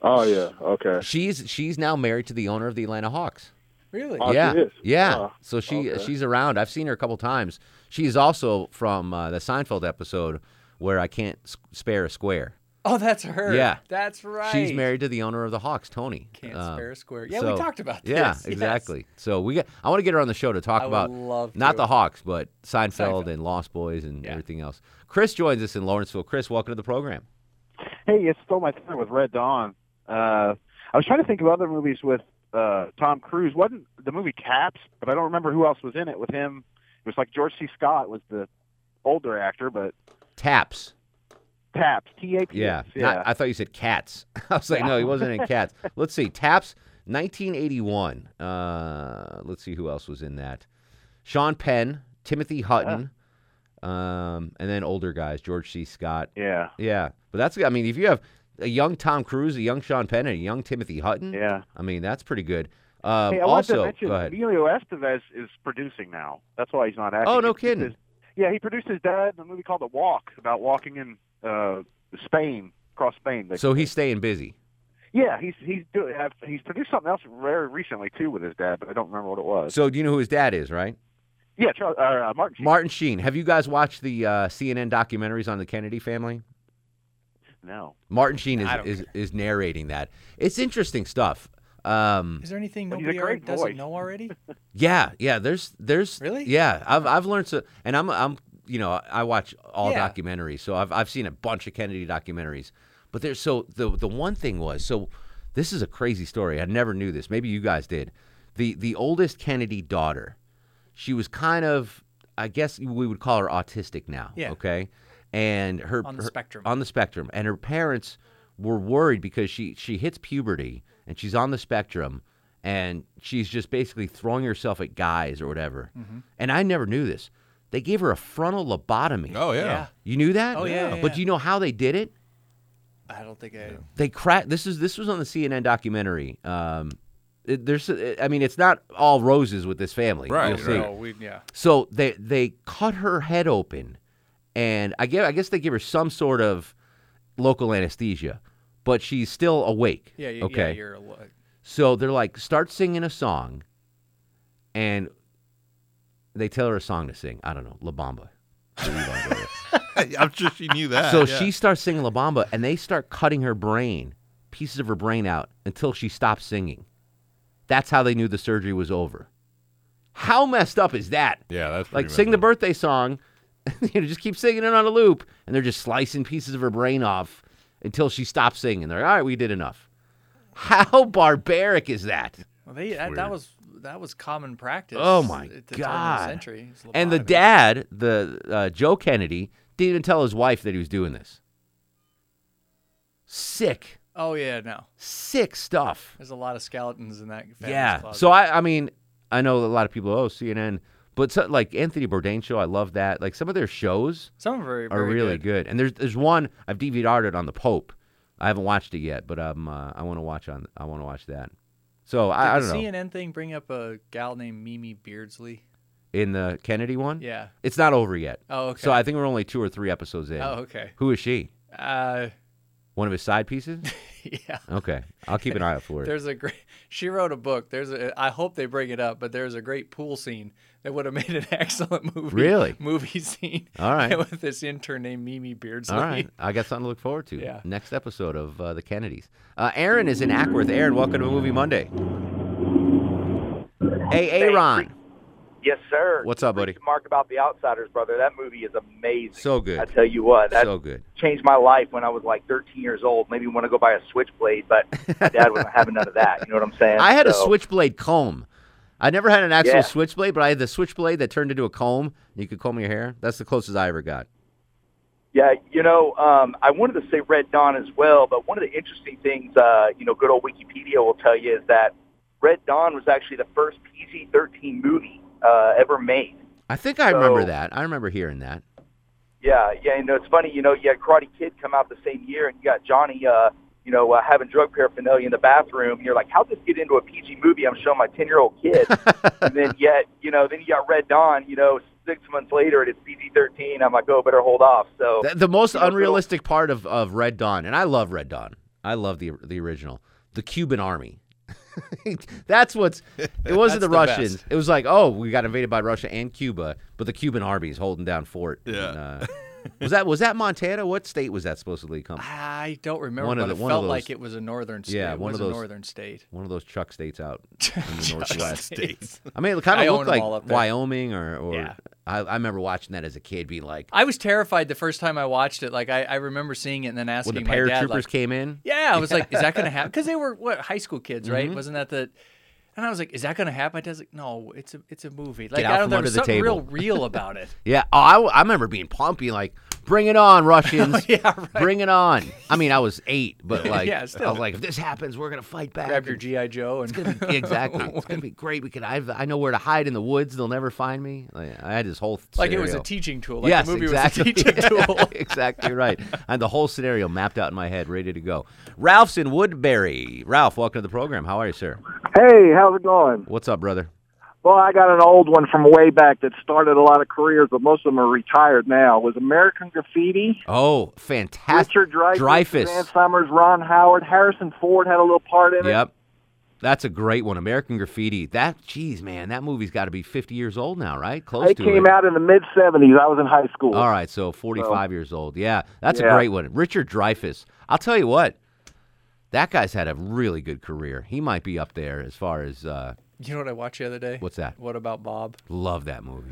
Speaker 9: Oh yeah, okay.
Speaker 3: She's she's now married to the owner of the Atlanta Hawks.
Speaker 5: Really?
Speaker 3: yeah, yeah.
Speaker 12: Oh. Ah,
Speaker 3: so she she's around. I've seen her a couple times. She is also from uh, the Seinfeld episode where I can't s- spare a square.
Speaker 5: Oh, that's her.
Speaker 3: Yeah,
Speaker 5: that's right.
Speaker 3: She's married to the owner of the Hawks, Tony. Can't
Speaker 5: spare a square. Yeah, we talked about
Speaker 3: Yeah,
Speaker 5: this. <laughs> Yes.
Speaker 3: exactly. So we got. I want to get her on the show to talk
Speaker 5: I would
Speaker 3: about
Speaker 5: love
Speaker 3: not
Speaker 5: to.
Speaker 3: the Hawks, but Seinfeld, and Lost Boys and everything else. Chris joins us in Lawrenceville. Chris, welcome to the program.
Speaker 10: Hey, you stole my thunder with Red Dawn. Uh, I was trying to think of other movies with uh, Tom Cruise. Wasn't the movie Taps? But I don't remember who else was in it with him. It was like George C. Scott was the older actor, but
Speaker 3: Taps.
Speaker 10: Taps, T A P S.
Speaker 3: Yeah.
Speaker 10: yeah.
Speaker 3: Not, I thought you said cats. <laughs> I was like, no, he wasn't
Speaker 10: <laughs>
Speaker 3: in cats. Let's see. Taps, 1981. Uh, let's see who else was in that. Sean Penn, Timothy Hutton, um, and then older guys, George C. Scott.
Speaker 10: Uh. Yeah.
Speaker 3: Yeah. But that's, I mean, if you have a young Tom Cruise, a young Sean Penn, and a young Timothy Hutton,
Speaker 10: yeah.
Speaker 3: I mean, that's pretty good. Um,
Speaker 10: hey, I wanted
Speaker 3: also,
Speaker 10: to mention
Speaker 3: go ahead.
Speaker 10: Emilio Estevez is producing now. That's why he's not acting.
Speaker 3: Oh, no
Speaker 10: It's- it's
Speaker 3: kidding.
Speaker 10: his- yeah, he produced his dad in a movie called The Walk about walking in uh, Spain, across Spain. They-
Speaker 3: So he's staying busy.
Speaker 10: yeah, he's he's doing have- he's produced something else very recently too with his dad, but I don't remember what it was.
Speaker 3: So do you know who his dad is, right?
Speaker 10: Yeah, Charles, uh, uh, Martin.
Speaker 3: Martin Sheen. Have you guys watched the uh, CNN documentaries on the Kennedy family?
Speaker 10: No.
Speaker 3: Martin Sheen
Speaker 10: I don't
Speaker 3: is, is, is narrating that. It's interesting stuff. Um,
Speaker 5: Is there anything
Speaker 10: Well, he's a
Speaker 5: nobody already
Speaker 10: great
Speaker 5: doesn't
Speaker 10: voice.
Speaker 5: know
Speaker 10: <laughs>
Speaker 5: already?
Speaker 3: yeah, yeah. There's there's
Speaker 5: Really?
Speaker 3: yeah. I've I've learned so, and I'm I'm you know I watch all
Speaker 5: Yeah.
Speaker 3: documentaries, so I've I've seen a bunch of Kennedy documentaries. But there's so the the one thing was so this is a crazy story. I never knew this. Maybe you guys did. The the oldest Kennedy daughter, she was kind of I guess we would call her autistic now.
Speaker 5: Yeah.
Speaker 3: Okay. And her
Speaker 5: On the
Speaker 3: her-
Speaker 5: spectrum.
Speaker 3: on the spectrum, and her parents were worried because she she hits puberty and she's on the spectrum, and she's just basically throwing herself at guys or whatever.
Speaker 5: Mhm.
Speaker 3: And I never knew this. They gave her a frontal lobotomy.
Speaker 4: Oh, yeah. Yeah.
Speaker 3: You knew that?
Speaker 5: Oh, yeah, yeah,
Speaker 3: But
Speaker 5: yeah.
Speaker 3: do you know how they did it?
Speaker 5: I don't think I.
Speaker 3: they crack this is this was on the CNN documentary. Um, it- there's I mean it's not all roses with this family.
Speaker 5: Right,
Speaker 3: You'll see.
Speaker 5: right. No, we- yeah.
Speaker 3: So they they cut her head open, and I give I guess they give her some sort of local anesthesia, but she's still awake.
Speaker 5: Yeah, you,
Speaker 3: okay.
Speaker 5: yeah, you're a lo-
Speaker 3: So they're like, start singing a song, and they tell her a song to sing. I don't know,
Speaker 5: <laughs>
Speaker 3: La Bamba.
Speaker 4: <laughs> I'm sure she knew that.
Speaker 3: so
Speaker 4: yeah.
Speaker 3: she starts singing La Bamba, and they start cutting her brain, pieces of her brain out, until she stops singing. That's how they knew the surgery was over. How messed up is that?
Speaker 4: Yeah, that's
Speaker 3: like
Speaker 4: pretty
Speaker 3: sing the birthday song, <laughs> you know, just keep singing it on a loop, and they're just slicing pieces of her brain off until she stops singing. They're like, all right, we did enough. How <laughs> barbaric is that?
Speaker 5: Well, they, that, that was that was common practice.
Speaker 3: Oh my
Speaker 5: at the turn of the
Speaker 3: god!
Speaker 5: century. It's
Speaker 3: And the dad, the uh, Joe Kennedy, Didn't even tell his wife that he was doing this. Sick,
Speaker 5: Oh yeah, no.
Speaker 3: sick stuff.
Speaker 5: There's a lot of skeletons in that. family's
Speaker 3: Yeah.
Speaker 5: closet.
Speaker 3: So I, I mean, I know a lot of people. Oh, CNN, but so, like Anthony Bourdain show, I love that. Like some of their shows,
Speaker 5: Some are very-
Speaker 3: are
Speaker 5: very
Speaker 3: really good. And there's there's one I've DVR'd it on the Pope. I haven't watched it yet, but um, uh, I want to watch on. I want to watch that. So I, I
Speaker 5: Did
Speaker 3: don't know.
Speaker 5: the CNN thing bring up a gal named Mimi Beardsley?
Speaker 3: In the Kennedy one,
Speaker 5: Yeah.
Speaker 3: it's not over yet.
Speaker 5: Oh, okay.
Speaker 3: So I think we're only two or three episodes in.
Speaker 5: Oh, okay.
Speaker 3: Who is she?
Speaker 5: Uh,
Speaker 3: One of his side pieces?
Speaker 5: <laughs> yeah.
Speaker 3: Okay, I'll keep an eye out for it.
Speaker 5: There's a great. <laughs> She wrote a book. There's a. I hope they bring it up, but there's a great pool scene that would have <laughs> made an excellent movie.
Speaker 3: Really?
Speaker 5: Movie scene.
Speaker 3: All
Speaker 5: <laughs>
Speaker 3: right.
Speaker 5: With this intern named Mimi Beardsley.
Speaker 3: All right, I got something to look forward to.
Speaker 5: Yeah.
Speaker 3: Next episode of uh, the Kennedys. Uh, Aaron is in Ackworth. Aaron, welcome to Movie Monday. Hey, Aaron,
Speaker 11: Yes, sir.
Speaker 3: what's up, buddy?
Speaker 11: Mark about The Outsiders, brother. That movie is amazing.
Speaker 3: So good.
Speaker 11: I tell you what, that
Speaker 3: so good.
Speaker 11: changed my life when I was like 13 years old. Maybe want to go buy a switchblade, but my dad wasn't having none of that. You know what I'm saying?
Speaker 3: <laughs> I had a
Speaker 11: So,
Speaker 3: switchblade comb. I never had an actual
Speaker 11: Yeah.
Speaker 3: switchblade, but I had the switchblade that turned into a comb. You could comb your hair. That's the closest I ever got.
Speaker 11: Yeah, you know, um, I wanted to say Red Dawn as well, but one of the interesting things, uh, you know, good old Wikipedia will tell you is that Red Dawn was actually the first PG-13 movie uh, ever made.
Speaker 3: I think I remember
Speaker 11: So-
Speaker 3: that. I remember hearing that.
Speaker 11: Yeah, yeah, and it's funny, you know, you had Karate Kid come out the same year, and you got Johnny, uh, you know, uh, having drug paraphernalia in the bathroom. And you're like, how'd this get into a PG movie? I'm showing my 10 year old
Speaker 3: <laughs>
Speaker 11: kid. and then yet, you know, then you got Red Dawn, you know, six months later, and it's PG 13. I'm like, oh, better hold off. So
Speaker 3: The, the most
Speaker 11: you know,
Speaker 3: unrealistic part of, of Red Dawn, and I love Red Dawn. I love the the original, the Cuban army. <laughs> That's what's. It wasn't
Speaker 4: That's
Speaker 3: the,
Speaker 4: the
Speaker 3: Russians.
Speaker 4: best.
Speaker 3: It was like, oh, we got invaded by Russia and Cuba, but the Cuban army is holding down fort. Yeah. was that was that Montana? What state was that supposedly come?
Speaker 5: <laughs> I don't remember,
Speaker 3: One of
Speaker 5: but
Speaker 3: the-
Speaker 5: it
Speaker 3: one of
Speaker 5: felt like
Speaker 3: those-
Speaker 5: it was a northern state.
Speaker 3: Yeah,
Speaker 5: It
Speaker 3: one
Speaker 5: was
Speaker 3: of those
Speaker 5: a northern state.
Speaker 3: One of those Chuck
Speaker 5: <laughs>
Speaker 3: states out in the
Speaker 5: Chuck
Speaker 3: northwest.
Speaker 5: states.
Speaker 3: I mean, it kind
Speaker 5: I
Speaker 3: of
Speaker 5: own
Speaker 3: looked
Speaker 5: them
Speaker 3: like
Speaker 5: all up there.
Speaker 3: Wyoming or. or
Speaker 5: Yeah.
Speaker 3: I, I remember watching that as a kid, being like,
Speaker 5: I was terrified the first time I watched it. Like I, I remember seeing it and then asking
Speaker 3: when the
Speaker 5: my dad,
Speaker 3: paratroopers
Speaker 5: like,
Speaker 3: came in.
Speaker 5: Yeah, I was like, is that
Speaker 3: <laughs>
Speaker 5: going to happen? Because they were what high school kids, right?
Speaker 3: Mhm.
Speaker 5: Wasn't that the? And I was like, is that going to happen? My dad's like, no, it's a it's a movie. Like
Speaker 3: Get out
Speaker 5: I don't know,
Speaker 3: from
Speaker 5: there
Speaker 3: under
Speaker 5: was
Speaker 3: the
Speaker 5: something real
Speaker 3: table. <laughs>
Speaker 5: real about it.
Speaker 3: Yeah, oh, I, I remember being pumpy, like, bring it
Speaker 5: <laughs>
Speaker 3: on, Russians. yeah, Bring it on. I mean, I was eight, but like,
Speaker 5: Yeah, still.
Speaker 3: I was like, if this happens, we're going to fight back.
Speaker 5: Grab your GI Joe and
Speaker 3: <laughs> It's
Speaker 5: <laughs>
Speaker 3: gonna be, exactly. It's going to be great. We could, I, I know where to hide in the woods. They'll never find me. Like, I had this whole
Speaker 5: Like it was a
Speaker 3: scenario.
Speaker 5: teaching tool, like the
Speaker 3: yes,
Speaker 5: movie was a
Speaker 3: exactly. <laughs>
Speaker 5: teaching tool.
Speaker 3: exactly right. I had the whole scenario mapped out in my head, ready to go. Ralph's in Woodbury. Ralph, welcome to the program. How are you, sir?
Speaker 12: Hey, how's it going?
Speaker 3: What's up, brother?
Speaker 12: Well, I got an old one from way back that started a lot of careers, but most of them are retired now. It was American Graffiti,
Speaker 3: Oh, fantastic.
Speaker 12: Richard Dreyfuss,
Speaker 3: Dreyfuss.
Speaker 12: Suzanne Summers, Ron Howard, Harrison Ford had a little part in it.
Speaker 3: Yep. That's a great one. American Graffiti. That, geez, man, that movie's got to be 50 years old now, right? Close
Speaker 12: They
Speaker 3: to
Speaker 12: came
Speaker 3: it.
Speaker 12: out in the mid '70s. I was in high school.
Speaker 3: All right, so 45 years old. Yeah, that's a
Speaker 12: Yeah.
Speaker 3: great one. Richard Dreyfuss. I'll tell you what, that guy's had a really good career. He might be up there as far as uh,
Speaker 5: You know what I watched the other day?
Speaker 3: What's that?
Speaker 5: What about Bob? <laughs>
Speaker 3: love that movie.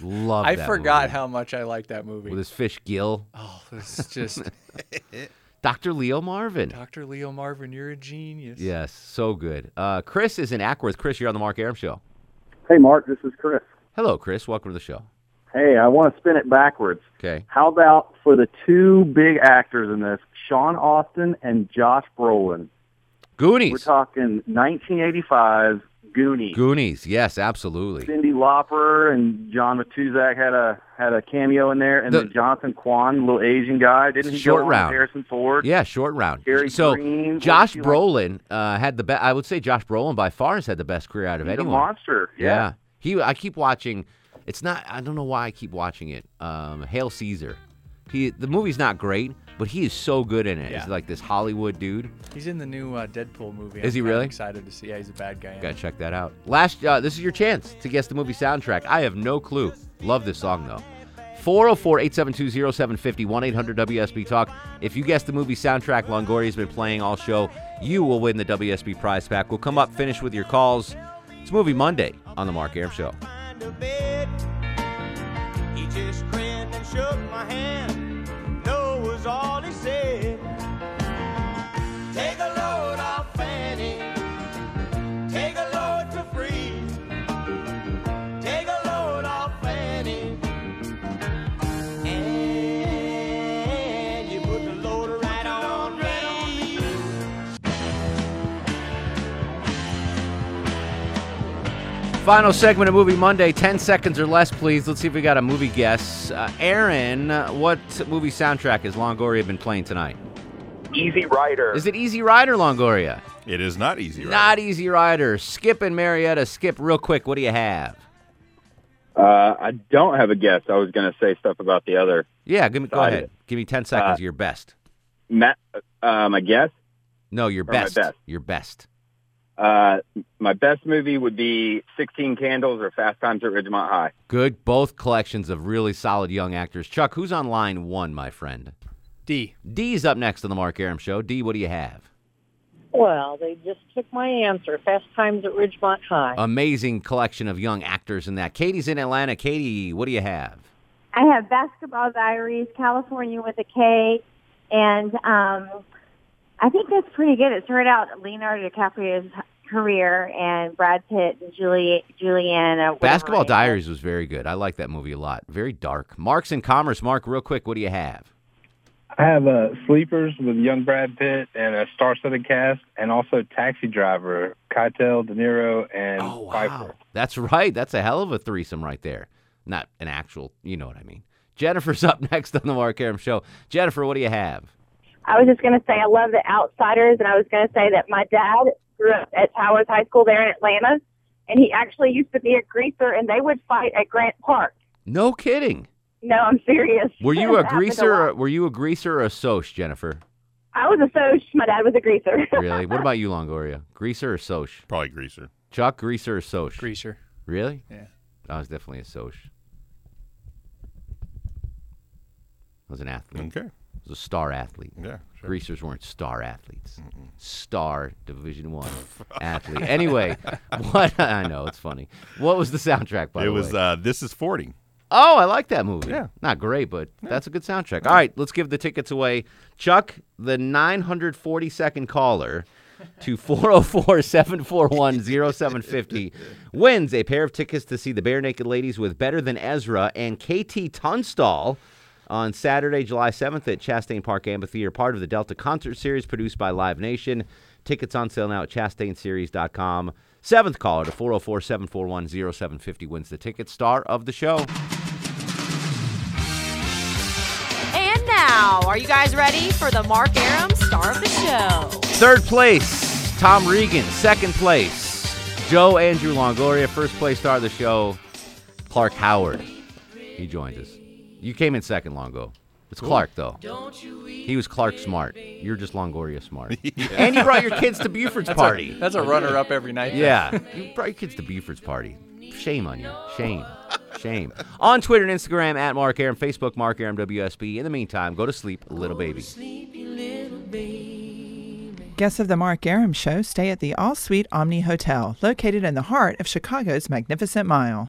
Speaker 3: love.
Speaker 5: Oh I
Speaker 3: that
Speaker 5: forgot
Speaker 3: movie.
Speaker 5: how much I liked that movie.
Speaker 3: with his fish gill.
Speaker 5: Oh, this is
Speaker 3: <laughs>
Speaker 5: just
Speaker 3: Dr. Leo Marvin.
Speaker 5: Dr. Leo Marvin, you're a genius.
Speaker 3: Yes, so good. Uh, Chris is in Ackworth. Chris, you're on the Mark Aram Show.
Speaker 13: Hey, Mark, this is Chris.
Speaker 3: Hello, Chris. Welcome to the show.
Speaker 13: Hey, I want to spin it backwards.
Speaker 3: Okay.
Speaker 13: How about for the two big actors in this, Sean Austin and Josh Brolin?
Speaker 3: Goonies.
Speaker 13: We're talking 1985 Goonies.
Speaker 3: Goonies. Yes, absolutely.
Speaker 13: Cindy Lauper and John Matuzak had a had a cameo in there, and
Speaker 3: The-
Speaker 13: then Jonathan Kwan, little Asian guy, didn't he
Speaker 3: Short
Speaker 13: go on with
Speaker 3: round.
Speaker 13: Harrison Ford?
Speaker 3: Yeah, short round.
Speaker 13: Gary
Speaker 3: so
Speaker 13: Green, what
Speaker 3: Josh
Speaker 13: did you
Speaker 3: Brolin uh, had the best. I would say Josh Brolin by far has had the best career out of
Speaker 13: He's a
Speaker 3: anyone.
Speaker 13: monster.
Speaker 3: Yeah. He I keep watching it's not I don't know why I keep watching it. Um Hail Caesar. He the movie's not great, but he is so good in it.
Speaker 5: Yeah.
Speaker 3: He's like this Hollywood dude.
Speaker 5: He's in the new uh, Deadpool movie.
Speaker 3: Is
Speaker 5: I'm
Speaker 3: he
Speaker 5: kinda
Speaker 3: really?
Speaker 5: excited to see? Yeah, he's a bad guy. in
Speaker 3: Gotta
Speaker 5: it.
Speaker 3: check that out. Last uh, this is your chance to guess the movie soundtrack. I have no clue. Love this song though. 404-872-0750 1-800-WSB Talk. If you guess the movie soundtrack Longoria's been playing all show, you will win the WSB prize pack. We'll come up, finish with your calls. It's Movie Monday on the Mark Aram Show.
Speaker 14: He just grinned and shook my hand. No was all he said. Take a load off Fanny. Take a load for free. Take a load off Fanny. And
Speaker 3: Final segment of Movie Monday. Ten seconds or less, please. Let's see if we got a movie guess. Uh, Aaron, uh, what movie soundtrack has Longoria been playing tonight?
Speaker 27: Easy Rider.
Speaker 3: Is it Easy Rider, Longoria?
Speaker 4: It is not Easy Rider.
Speaker 3: Not Easy Rider. Skip and Marietta. Skip, real quick. What do you have?
Speaker 11: Uh, I don't have a guess. I was going to say stuff about the other.
Speaker 3: Yeah, give me. Go
Speaker 11: Sorry.
Speaker 3: ahead. Give me ten seconds. your best.
Speaker 11: Matt, uh, my guess.
Speaker 3: No, your
Speaker 11: or my
Speaker 3: best.
Speaker 11: best.
Speaker 3: Your best.
Speaker 11: Uh, my best movie would be 16 Candles or Fast Times at Ridgemont High.
Speaker 3: Good. Both collections of really solid young actors. Chuck, who's on line one, my friend?
Speaker 5: D.
Speaker 3: D's up next on the Mark Aram Show. D, what do you have?
Speaker 28: Well, they just took my answer. Fast Times at Ridgemont High.
Speaker 3: Amazing collection of young actors in that. Katie's in Atlanta. Katie, what do you have?
Speaker 16: I have Basketball Diaries, California with a K, and um, I think that's pretty good. It started out Leonardo DiCaprio's career and Brad Pitt and Julie uh, Juliana.
Speaker 3: Basketball Diaries was very good. I like that movie a lot. Very dark. Mark's in Commerce. Mark, real quick, what do you have?
Speaker 19: I have uh, Sleepers with young Brad Pitt and a star-studded cast, and also Taxi Driver, Keitel, De Niro, and
Speaker 3: Oh,
Speaker 19: Piper.
Speaker 3: That's right. That's a hell of a threesome right there. Not an actual, you know what I mean. Jennifer's <laughs> up next on the Mark Aram Show. Jennifer, what do you have?
Speaker 16: I was just going to say I love The Outsiders, and I was going to say that my dad grew up at Towers High School there in Atlanta, and he actually used to be a greaser, and they would fight at Grant Park.
Speaker 3: No kidding.
Speaker 16: No, I'm serious.
Speaker 3: Were
Speaker 16: <laughs>
Speaker 3: you a
Speaker 16: It happened
Speaker 3: greaser?
Speaker 16: lot.
Speaker 3: Or, were you a greaser or a soch, Jennifer?
Speaker 16: I was a soch. My dad was a greaser.
Speaker 3: Really?
Speaker 16: <laughs>
Speaker 3: what about you, Longoria? Greaser or soch? Probably greaser. Chuck, greaser or soch?
Speaker 5: Greaser.
Speaker 3: Really?
Speaker 5: Yeah.
Speaker 3: I was definitely a soch. I was an athlete. Okay. I was a star athlete.
Speaker 4: Yeah,
Speaker 3: Greasers weren't star athletes. Star Division <laughs> One athlete. Anyway, <laughs> what I know it's funny. What was the soundtrack by
Speaker 4: It
Speaker 3: the
Speaker 4: was
Speaker 3: way?
Speaker 4: uh, This Is 40.
Speaker 3: Oh, I like that movie.
Speaker 4: Yeah.
Speaker 3: Not great, but that's a good soundtrack. All right, let's give the tickets away. Chuck, the 942nd caller to <laughs> 404-741-0750 wins a pair of tickets to see the Bare Naked Ladies with Better Than Ezra and KT Tunstall on Saturday, July 7th at Chastain Park Amphitheater, part of the Delta Concert Series produced by Live Nation. Tickets on sale now at chastainseries.com. Seventh caller to 404-741-0750 wins the ticket. Star of the show.
Speaker 29: And now, are you guys ready for the Mark Aram star of the show?
Speaker 3: Third place, Tom Regan. Second place, Joe Andrew Longoria. First place star of the show, Clark Howard. He joins us. You came in second, Longo. It's Clark, though. He was Clark smart. You're just Longoria
Speaker 5: <laughs>
Speaker 3: smart. And you brought your kids to Buford's
Speaker 5: That's a-
Speaker 3: party.
Speaker 5: that's a runner-up every night.
Speaker 3: Yeah. you brought your kids to Buford's party. Shame on you. Shame. Shame. On Twitter and Instagram at Mark Aram, Facebook Mark Aram WSB. In the meantime, go to sleep, little baby.
Speaker 30: Guests of the Mark Aram Show stay at the All Suite Omni Hotel, located in the heart of Chicago's Magnificent Mile.